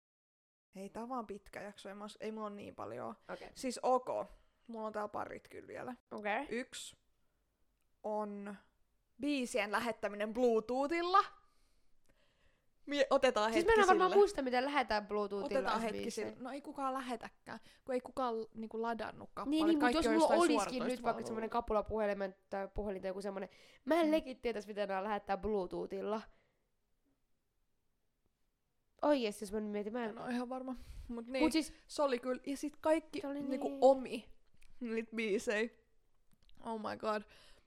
S2: Ei, tää on vaan pitkä jakso. Ei, mä, ois- ei mulla ole niin paljon.
S3: Okei.
S2: Siis ok. Mulla on täällä parit kyllä vielä.
S3: Okei.
S2: Yksi on biisien lähettäminen Bluetoothilla. Mie- otetaan
S3: Siis
S2: hetki
S3: mä en varmaan
S2: sille.
S3: muista, miten lähetään Bluetoothilla.
S2: Otetaan
S3: edes
S2: hetki
S3: biisejä.
S2: sille. No ei kukaan lähetäkään, kun ei kukaan niinku ladannut kappaleet.
S3: Niin, niin mutta
S2: Kaikki
S3: jos
S2: on
S3: mulla
S2: jostain
S3: olisikin nyt vaikka
S2: suoratoistopalvelulla.
S3: semmonen kapula puhelimen tai puhelin tai joku semmonen, mä en
S2: Mm.
S3: lekin tietäis miten nää lähettää Bluetoothilla. Oikeesti, jos mä nyt mietin, mä en...
S2: En ole ihan varma. Mut No, niin,
S3: Mut siis,
S2: se oli kyllä. Ja sit kaikki
S3: Se oli
S2: niinku
S3: niin-
S2: omi niitä biisejä. Oh my god.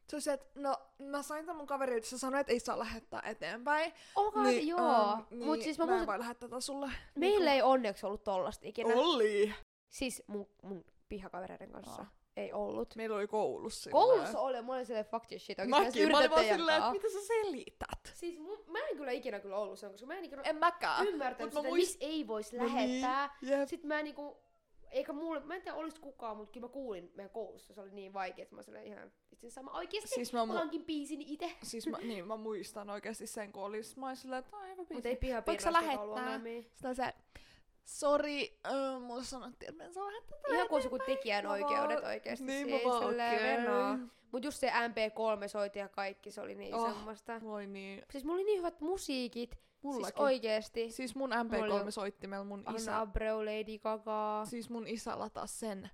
S2: Se on se, että no mä sain tämän mun kaverilta, se sanoi, että ei saa lähettää eteenpäin.
S3: oh god, niin, joo.
S2: ähm,
S3: niin, mut siis mä
S2: mä en
S3: muistan,
S2: voi lähettää tätä sulle. Niinku,
S3: meillä ei onneksi ollut tollasta ikinä.
S2: Oli!
S3: Siis mun, mun pihakavereiden kanssa.
S2: Aa.
S3: Ei ollut.
S2: Meillä oli koulussa silleen.
S3: Koulussa oli, ja mä olin silleen fuck this shit, oikeesti
S2: Mäkin, mä olin
S3: yritätte
S2: vaan silleen,
S3: jatkaa.
S2: että mitä sä selität?
S3: Siis mun, mä en kyllä ikinä kyllä ollut sen, koska mä en ikinä
S2: En mäkään.
S3: ymmärtänyt
S2: mut mä
S3: sitä,
S2: muist-
S3: miksi ei voisi
S2: No niin.
S3: lähettää.
S2: Jep.
S3: Sitten mä niinku, eikä mulle, mä en tiedä olis kukaan, mutta kyllä mä kuulin meidän koulussa, se oli niin vaikea, että mä olin ihan itse sama oikeesti.
S2: Siis mä,
S3: Mä
S2: mu-
S3: hankin biisin itse.
S2: siis mä, niin, mä muistan oikeasti sen, kun olis, mä olin silleen, että ai hyvä biisi.
S3: Mut ei piha
S2: Voiko sä lähettää? Sitten on se, sori, öö, mulle sanottiin, että mä en saa lähettää tätä
S3: Ihan kuin joku
S2: eteenpäin."
S3: tekijän
S2: Mä vaan-
S3: oikeudet oikeesti.
S2: Niin,
S3: siis
S2: mä vaan
S3: silleen
S2: okei.
S3: venaa. Mut just se MP3 soiti ja kaikki, se oli niin
S2: Oh.
S3: oh. semmoista.
S2: Voi niin,
S3: Siis mulla oli niin hyvät musiikit.
S2: mullakin.
S3: Siis oikeesti.
S2: Siis mun
S3: Mulla
S2: MP3
S3: oli-
S2: soittimella mun
S3: Anna
S2: isä,
S3: Abreu, Lady Gaga.
S2: siis mun isä lataa sen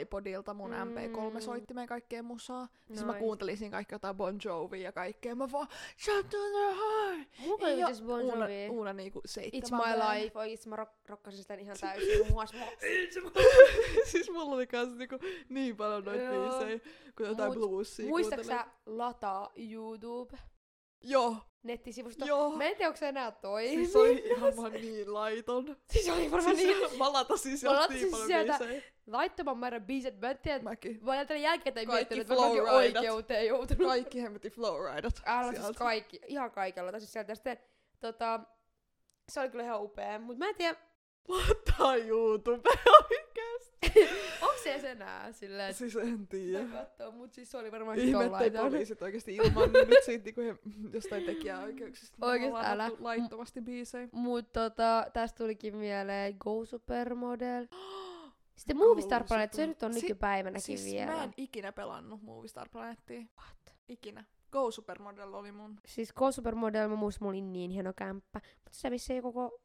S2: iPodilta mun
S3: Mm.
S2: MP3-soittimeen kaikkea musaa. Siis mä
S3: Nice.
S2: kuuntelin siinä kaikkea jotain Bon Jovi ja kaikkea. Mä vaan, shut to the heart.
S3: Mulla
S2: Siis Ei
S3: ei
S2: oo
S3: ole siis Bon
S2: Uuna,
S3: Jovi.
S2: uuna niinku seitsemän.
S3: It's my
S2: päivää.
S3: life. Oikeesti mä rock- rokkasin sitä ihan täysin. Mua
S2: siis mulla oli kans niinku niin paljon noita
S3: Joo.
S2: biisejä, kun jotain
S3: Mut
S2: bluesia
S3: Muistatko
S2: kuuntelin.
S3: sä lataa YouTube
S2: Joo,
S3: nettisivusto?
S2: joo.
S3: Mä en tiedä, onko se enää toi.
S2: Siis se oli ihan vaan niin laiton.
S3: siis oli varmaan
S2: Siis
S3: niin.
S2: mä latasin
S3: Mä
S2: sieltä niin
S3: latasin
S2: paljon
S3: sieltä-
S2: biisejä.
S3: Laittoman määrän biiset. Mä en tiedä,
S2: Mäkin.
S3: Mä olen tällä jälkikäteen
S2: Kaikki
S3: miettinyt, että varmaankin
S2: flowridat.
S3: oikeuteen joutunut.
S2: Kaikki hemmetin flowridat.
S3: Älä siis
S2: sieltä.
S3: kaikki, ihan kaikella. Tai siis sieltä sitten, tota, se oli kyllä ihan upea. Mut mä en tiedä,
S2: Lataa YouTube oikeesti.
S3: onko se edes enää silleen, että
S2: Siis en tiedä.
S3: yeah. katsoa, mut siis se oli varmaan siis
S2: Ihme, ettei
S3: tollainen.
S2: poliisit oikeesti ilmannut nyt siitä niinku he, jostain tekijäoikeuksista. Me
S3: Oikeesti
S2: ollaan
S3: älä.
S2: ladattu Laittomasti biisejä.
S3: Mut tota, tästä tulikin mieleen Go Supermodel. Sitten Movie Star
S2: Go
S3: Planet, se
S2: Super-
S3: nyt on
S2: Si-
S3: nykypäivänäkin
S2: Siis
S3: vielä.
S2: mä en ikinä pelannut Movie Star Planetia. What? Ikinä. Go Supermodel oli mun.
S3: Siis Go Supermodel, mä muistan, mulla oli niin hieno kämppä. Mutta se vissi ei koko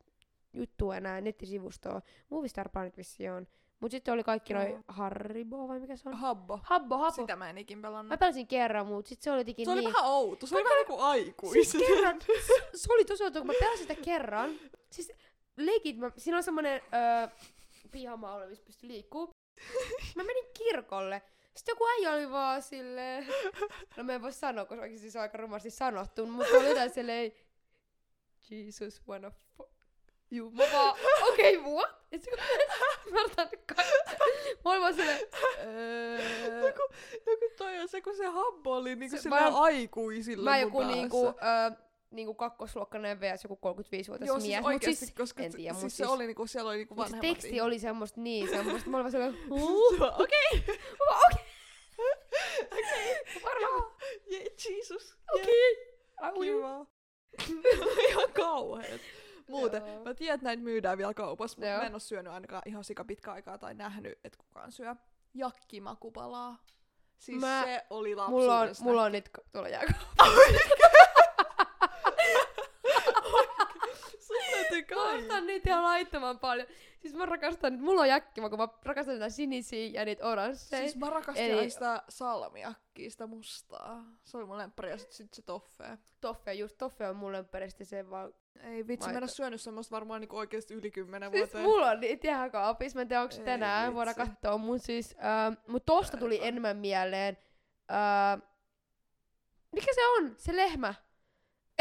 S3: juttu enää nettisivustoa. Movie Star Planet vissi on. Mut sitten oli kaikki
S2: Joo.
S3: noin Haribo vai mikä se on?
S2: Habbo.
S3: Habbo, habbo.
S2: Sitä mä en ikin
S3: Mä
S2: pelannut.
S3: pelasin kerran, mut sit se oli jotenkin
S2: Se oli
S3: niin...
S2: vähän outo. Se oli vähän niinku aikuis.
S3: Siis kerran, se- se oli tosi outoa, kun mä pelasin sitä kerran. Siis legit, mä, siinä on semmonen öö, pihamaalle, missä pystyy liikkuu. Mä menin kirkolle. Sitten joku äijä oli vaan silleen... No mä en voi sanoa, koska oikeesti se on aika rumasti sanottu, mutta se oli jotain silleen... Jesus, one of... Juu, mä vaan, okei, okay, what? Ja sit kun mä otan kaikki. Mä olin vaan silleen... "Öö,
S2: Joku, joku toi on se, kun se habbo oli niinku
S3: Se
S2: sillä vaan...
S3: vaan-
S2: aikuisilla
S3: Mä
S2: mun
S3: joku
S2: päässä.
S3: niinku, ö, niinku kakkosluokkainen vs. joku 35-vuotias
S2: Joo, siis
S3: mies. mut
S2: oikeesti,
S3: siis,
S2: koska
S3: en
S2: se-
S3: tiedä, mut
S2: siis se
S3: siis-
S2: oli niinku, siellä oli niinku
S3: mut se
S2: vanhemmat
S3: teksti
S2: ihmiset.
S3: oli semmoista niin semmoista. Mä olin vaan sellainen,
S2: Huh?
S3: huu,
S2: Okei.
S3: varmaan,
S2: Je- Jesus.
S3: okei. Ai,
S2: Je-
S3: ui.
S2: Kiva. ihan kauheet. Muuten,
S3: Joo.
S2: mä tiedän, että näitä myydään vielä kaupassa, mutta
S3: Joo.
S2: mä en oo syönyt ainakaan ihan sika pitkä aikaa tai nähnyt, että kukaan syö. Jakkimakupalaa. Siis
S3: Mä-
S2: se oli
S3: Mulla on,
S2: lapsuudesta.
S3: mulla on nyt ka- tuolla jääkö.
S2: Sun täytyy
S3: Mä
S2: kaivaa.
S3: ostan niitä ihan laittoman paljon. Siis mä rakastan, mulla on jakkima, kun mä rakastan niitä sinisiä ja niitä oransseja.
S2: Siis
S3: Siis,
S2: mä rakastin
S3: Eli-
S2: Eli... sitä salmiakkiä, sitä mustaa. Se oli mun lemppari ja sit, sit se toffee.
S3: toffe, just toffe on mulle perästi se vaan.
S2: Ei vitsi, mä en oo syönyt semmoista varmaan niinku oikeesti yli kymmenen
S3: Siis
S2: vuoteen.
S3: mulla on niitä ihan kaapissa, mä en tiedä onko se
S2: Ei
S3: tänään,
S2: vitsi.
S3: voidaan katsoa. Mun siis, ähm, mut tosta tuli
S2: Päivä.
S3: enemmän mieleen. Ähm, mikä se on? Se lehmä.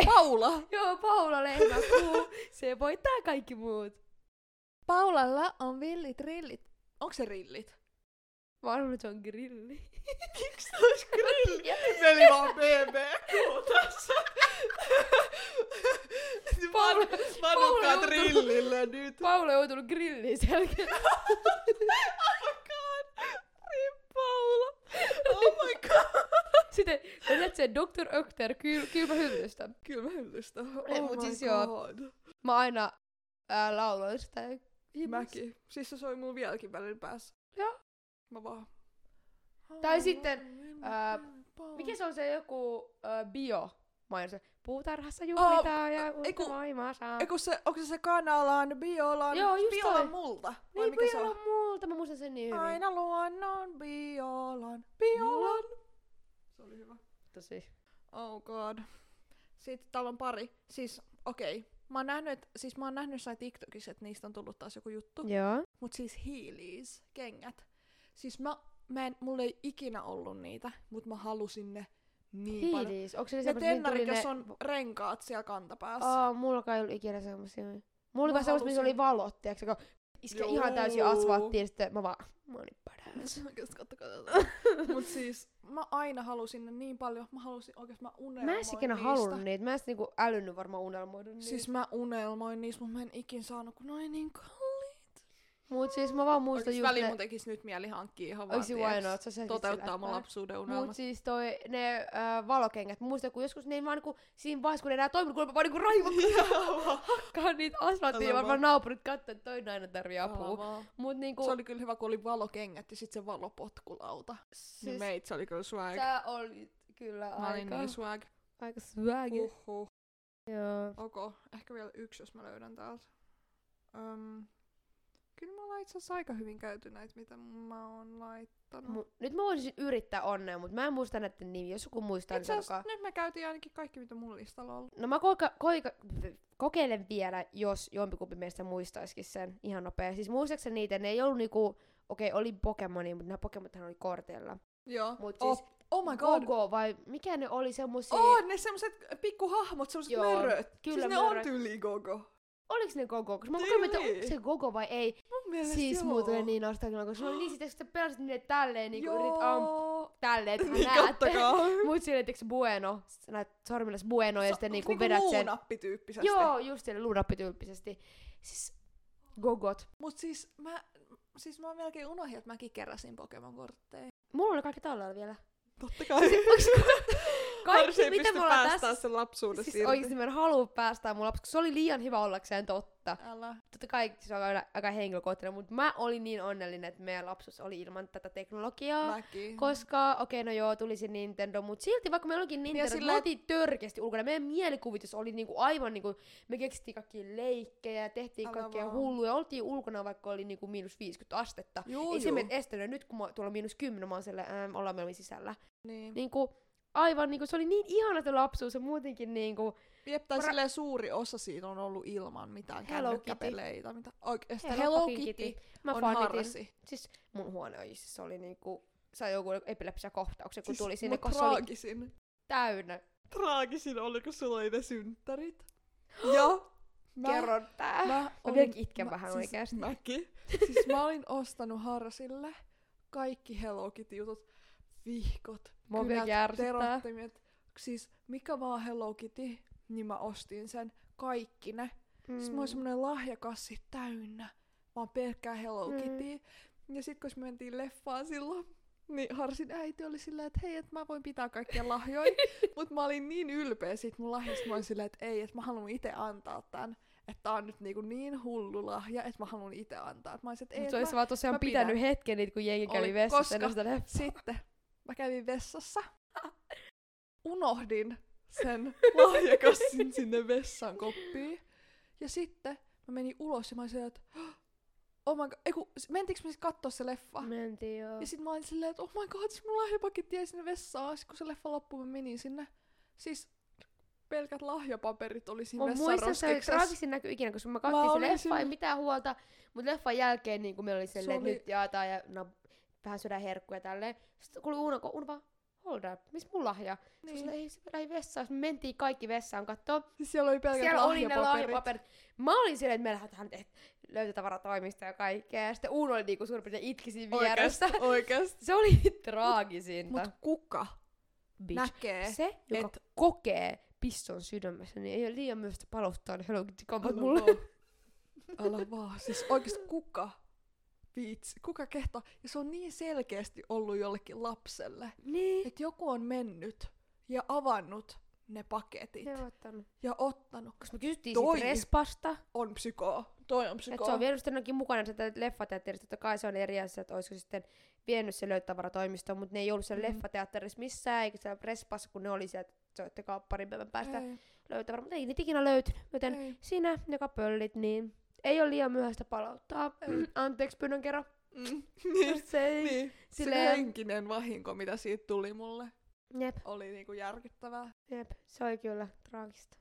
S2: Paula!
S3: Joo, Paula lehmä puu. Se voittaa kaikki muut.
S2: Paulalla on villit rillit. Onko se rillit?
S3: Mä arvan, että se on grilli.
S2: Miksi se olisi grilli?
S3: Ja
S2: Veli vaan BB tässä.
S3: Paula- Paula
S2: Vanukkaat
S3: joutuu-
S2: rillillä nyt.
S3: Paula on joutunut grilliin selkeä.
S2: Oh my god! Rip Paula! Oh my god!
S3: Sitten mä näet sen Dr. Ökter kyl, kylmähyllystä.
S2: Kyllä mä hyllystä.
S3: Ei,
S2: Oh
S3: mut
S2: my
S3: siis joo.
S2: god.
S3: Mä aina ää, lauloin sitä. himossa.
S2: Mäkin. Siis se soi mulla vieläkin välillä päässä.
S3: Joo.
S2: Mä vaan.
S3: Tai sitten, ää, Mikä se on se joku ää, bio? Mainos. Puutarhassa juhlitaan ja
S2: eiku-
S3: uutta maailmaa saa.
S2: Eiku se, onko se se kanalan, biolan,
S3: Joo, just
S2: biolan
S3: toi.
S2: multa? Vai
S3: Niin,
S2: mikä se
S3: bio
S2: on?
S3: on multa. Mä muistan sen niin hyvin.
S2: Aina luonnon, biolan, biolan. Se oli hyvä.
S3: Tosi.
S2: Oh god. Sitten täällä on pari. Siis, okei. Okay. Mä oon nähnyt, et- siis mä oon nähnyt jossain TikTokissa, että niistä on tullut taas joku juttu.
S3: Joo.
S2: Mut siis heelys, kengät. Siis mä, mä en, mulla ei ikinä ollut niitä, mut mä halusin ne niin paljon.
S3: Hiilis. Onko se ne
S2: Ne
S3: semmoset, mihin tuli
S2: tennarit,
S3: ne...
S2: jos on renkaat siellä kantapäässä.
S3: Aa, mulla ei ollut ikinä semmosia. Mulla oli
S2: Mä
S3: vaan semmosia, missä oli
S2: halusin-
S3: valot, tiiäks, kun iske ihan täysin
S2: Juu.
S3: asfalttiin, ja sitten mä vaan, mä olin paras.
S2: Oikeesti kattokaa tätä. Mut siis, mä aina halusin ne niin paljon. Mä halusin oikeesti, mä siis unelmoin
S3: Mä en edes ikinä
S2: niistä.
S3: halunnut niitä, mä en edes niinku älynnyt varmaan unelmoida niitä.
S2: Siis mä unelmoin niistä, mut mä en ikin saanut, kun ne oli niin kalliit.
S3: Mut siis mä vaan muistan
S2: Oikeesti
S3: just
S2: väliin
S3: ne...
S2: mun tekis nyt mieli hankkia ihan vaan,
S3: Oiks se vain
S2: tiiäks,
S3: sä sen sit
S2: toteuttaa mun
S3: sillä-
S2: lapsuuden
S3: Mut
S2: unelmat.
S3: siis toi, ne äh, valokengät, mä muistan kun joskus ne ei vaan niinku, siinä vaiheessa kun ne enää toiminut, kun mä vaan niinku raivokkaan hakkaan niitä asfalttiin, ja
S2: Älä
S3: varmaan naapurit kattoo, että toi aina tarvii
S2: Jaa,
S3: apua.
S2: vaan.
S3: Mut niinku,
S2: Se oli kyllä hyvä, kun oli valokengät ja sitten se valopotkulauta. Siis... Niin
S3: siis
S2: meit, se oli kyllä swag. Sä...
S3: sä olit kyllä
S2: Mä olin
S3: aika,
S2: niin swag.
S3: aika swag.
S2: Uhuh.
S3: Joo.
S2: Okei, okay. ehkä vielä yksi, jos mä löydän täältä. Öm, kyllä mä itse asiassa aika hyvin käyty näitä, mitä mä oon laittanut.
S3: Mu- nyt mä voisin yrittää onnea, mutta mä en muista näiden nimi. Jos joku muistaa, niin
S2: Itse asiassa
S3: sanokaa.
S2: nyt me käytiin ainakin kaikki, mitä mun listalla on ollut.
S3: No mä koika, koika, kokeilen vielä, jos jompikumpi meistä muistaisikin sen ihan nopea. Siis muistaakseni niitä, ne ei ollut niinku, okei, oli Pokemoni, mutta nämä Pokemonithan oli korteilla.
S2: Joo.
S3: Mut
S2: oh,
S3: siis
S2: oh my god.
S3: Gogo vai mikä ne oli semmosia?
S2: Oh, ne semmoset pikkuhahmot, semmoset
S3: Joo,
S2: möröt.
S3: kyllä
S2: siis ne on
S3: möröt.
S2: tyyli gogo.
S3: Oliks ne Gogo? Koska mä koin, että
S2: Tyyli.
S3: onko se Gogo vai ei.
S2: Mun mielestä
S3: Siis
S2: joo.
S3: muuten niin nostaa koska se oli niin sitä, että sä pelasit niille tälleen, niin kuin yritit ampua
S2: Joo.
S3: tälleen, että
S2: Niin
S3: näet.
S2: kattakaa.
S3: Mut silleen, tiiäks bueno, sä näet sormilla bueno ja
S2: Se-
S3: sitten
S2: onks
S3: niinku vedät sen.
S2: luunappityyppisesti?
S3: Joo, just siellä luunappityyppisesti. Siis gogot.
S2: Mut siis mä, siis mä melkein unohdin, että mäkin keräsin Pokemon-kortteja.
S3: Mulla on ne kaikki tallella vielä.
S2: Totta kai. Harsi
S3: Siis Kaikki
S2: ei
S3: mitä
S2: pysty
S3: me ollaan
S2: päästään
S3: tässä...
S2: sen lapsuudessa
S3: Siis
S2: irti.
S3: oikeesti mä en halua päästää mun lapsi, koska se oli liian hyvä ollakseen totta.
S2: Älä.
S3: Totta kai siis se on aina aika henkilökohtainen, mutta mä olin niin onnellinen, että meidän lapsuus oli ilman tätä teknologiaa.
S2: Mäkin.
S3: Koska, okei, okay, no joo, tuli se Nintendo, mutta silti vaikka meillä olikin Nintendo,
S2: sillä-
S3: sillä... me oltiin törkeästi ulkona. Meidän mielikuvitus oli niinku aivan niinku, me keksittiin kaikkia leikkejä, tehtiin
S2: Älä
S3: kaikkea
S2: vaan.
S3: hulluja, oltiin ulkona vaikka oli niinku miinus 50 astetta.
S2: Juu,
S3: Ei se
S2: juu.
S3: meitä estänyt, nyt kun mä, tuolla on miinus 10, mä oon siellä, ähm, ollaan meillä sisällä.
S2: Niin.
S3: Niinku, aivan niinku, se oli niin ihana se lapsuus ja muutenkin niinku,
S2: Jep, tai
S3: Pra-
S2: silleen suuri osa siitä on ollut ilman mitään
S3: Hello
S2: kännykkäpeleitä. Mitä... Oikeastaan
S3: Hello
S2: Hello
S3: fucking
S2: Kitty.
S3: Kitty. mä
S2: on
S3: fanitin.
S2: harrasi.
S3: Siis mun huone oli, siis se oli niinku, sai joku epilepsiakohtauksen, kun
S2: Siis
S3: siis tuli sinne,
S2: mut
S3: koska se oli
S2: traagisin.
S3: täynnä.
S2: Traagisin oli, kun sulla oli ne synttärit. Ja mä, Äh,
S3: Kerron
S2: mä,
S3: tää. Mä
S2: olin-
S3: vieläkin itken
S2: mä-
S3: vähän
S2: siis
S3: oikeesti.
S2: Mäkin. Siis mä olin ostanut Harsille kaikki Hello Kitty jutut. Vihkot,
S3: Mua
S2: kynät,
S3: vieläkin ärsyttää.
S2: terottimet. Siis mikä vaan Hello Kitty, niin mä ostin sen. Kaikki ne. Mm. Siis mulla oli semmonen lahjakassi täynnä, vaan pelkkää Hello
S3: Mm.
S2: Kittyä. Ja sit kun me mentiin leffaan silloin, niin Harsin äiti oli silleen, että hei, että mä voin pitää kaikkia lahjoja. Mut mä olin niin ylpeä siitä mun lahjasta, mä olin silleen, että ei, että mä haluan itse antaa tän. Että tää on nyt niinku niin hullu lahja, että mä haluan itse antaa. Et mä olisin, että ei,
S3: Mutta
S2: et
S3: se olisi
S2: mä...
S3: vaan tosiaan
S2: mä pidän.
S3: pitänyt hetken niitä, kun jengi
S2: Oli,
S3: kävi vessassa niin
S2: koska-
S3: ennen sitä leffaa.
S2: Sitten mä kävin vessassa. Unohdin sen lahjakassin sinne vessan koppiin. Ja sitten mä menin ulos ja mä olin silleen, että "Hah, oh my god, ei kun, s- mentiinkö me siis kattoo se leffa?
S3: Mentiin joo.
S2: Ja sitten mä olin silleen, että oh my god, siis mun lahjapaketti jäi sinne vessaan. Sitten kun se leffa loppui, mä menin sinne. Siis pelkät lahjapaperit oli siinä
S3: Mä
S2: vessan
S3: muistan, se oli
S2: roskiksessa.
S3: traagisin näky ikinä, koska mä
S2: Mä
S3: katsoin se
S2: olin
S3: leffa, ei
S2: sillä-
S3: mitään huolta. Mutta leffan jälkeen niin kun meillä oli silleen,
S2: oli-
S3: oli... nyt jaetaan ja no, vähän syödään herkkuja tälleen. Sitten kuului Uno, kun Uno vaan, hold up, missä mun lahja? Niin.
S2: Niin.
S3: Sille, ei, se ei vessaan. Me mentiin kaikki vessaan kattoo.
S2: Siis siellä oli pelkät
S3: Siellä oli ne
S2: lahjapaperit.
S3: lahjapaperit. Mä olin silleen, että me lähdetään et, löytötavaratoimista ja kaikkea. Ja sitten Uno oli niinku suurin piirtein itki siinä vieressä.
S2: Oikeesti, oikeesti.
S3: Se oli traagisinta.
S2: Mut kuka
S3: Bitch.
S2: näkee
S3: Se, joka
S2: et-
S3: et... kokee piston sydämessä, niin ei ole liian myöhäistä palottaa ne Hello Kitty kampat
S2: Älä
S3: mulle.
S2: Vaan. Älä vaan. Siis oikeesti kuka viitsi, kuka kehtaa. Ja se on niin selkeästi ollut jollekin lapselle,
S3: Niin.
S2: että joku on mennyt ja avannut ne paketit
S3: Ne on ottanut.
S2: ja ottanut.
S3: Koska me kysyttiin
S2: Toi.
S3: siitä respasta,
S2: On psykoa. Toi on
S3: että se
S2: psykoa.
S3: on vienyt sitten jonnekin mukana sieltä leffateatterista. Totta kai se on eri asia, että olisiko sitten vienyt se löytötavaratoimistoon, mutta ne ei ollut siellä
S2: Mm.
S3: mm. leffateatterissa missään, eikä siellä respassa, kun ne oli sieltä, että soittakaa parin päivän päästä
S2: Ei,
S3: löytötavara, mutta ei niitä ikinä löytynyt. Joten
S2: ei.
S3: sinä, joka pöllit, niin ei ole liian myöhäistä palauttaa. Anteeksi, pyydän kerran.
S2: Mm. Niin,
S3: Se ei.
S2: niin. Silleen... Se
S3: Silleen-
S2: henkinen vahinko, mitä siitä tuli mulle,
S3: Jep,
S2: oli niinku järkyttävää.
S3: jep, se oli kyllä traagista.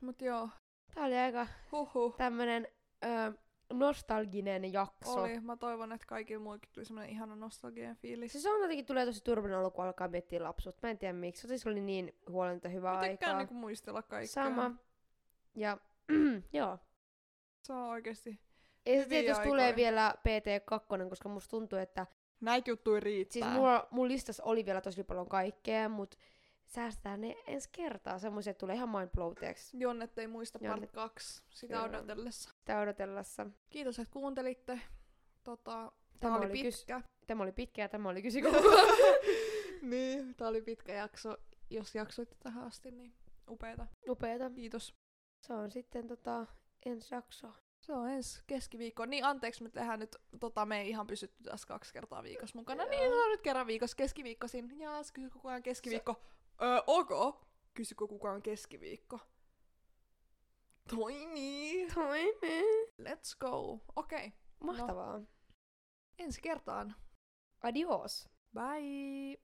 S2: Mut joo,
S3: Tää oli aika
S2: huhhuh.
S3: tämmönen ö, nostalginen jakso. Oli.
S2: Oli. Mä toivon, että kaikilla muillakin tuli semmonen ihana nostalginen fiilis.
S3: Siis on jotenkin tulee tosi turvallinen olo, kun alkaa miettiä lapsuutta. Mä en tiedä miksi. Se oli niin huolenta hyvää
S2: Mä tykkään
S3: aikaa.
S2: niinku muistella kaikkea.
S3: Sama. Ja joo.
S2: Se on oikeesti
S3: Ei
S2: Hyviä
S3: se tietysti
S2: aikoja.
S3: tulee vielä PT2, koska musta tuntuu, että
S2: Näitä juttuja riittää.
S3: siis mulla, mun listassa oli vielä tosi paljon kaikkea, mutta säästetään ne ensi kertaa. Semmoisia tulee ihan mindblowteeksi
S2: Jonnet ei muista part
S3: Jonnet.
S2: 2 sitä
S3: Kyllä.
S2: odotellessa.
S3: sitä odotellessa.
S2: Kiitos, että kuuntelitte. Tota,
S3: Tämä
S2: tää oli
S3: oli kys-
S2: pitkä.
S3: Tämä oli pitkä ja tämä oli kysykoulu.
S2: niin, tää oli pitkä jakso. Jos jaksoitte tähän asti, niin upeeta.
S3: Upeeta.
S2: Kiitos.
S3: Se on sitten tota, ensi jakso.
S2: Se on ensi keskiviikko. Niin anteeksi, me tehdään nyt, tota, me ei ihan pysytty tässä kaksi kertaa viikossa mukana. Niin se on nyt kerran viikossa keskiviikkoisin. Jaas, kysykö kukaan keskiviikko? Se... Öö, ok. Kysykö kukaan keskiviikko? niin. Toimii.
S3: Toimi.
S2: Let's go. Okei. Okay.
S3: Mahtavaa. No.
S2: Ensi kertaan.
S3: Adios.
S2: Bye!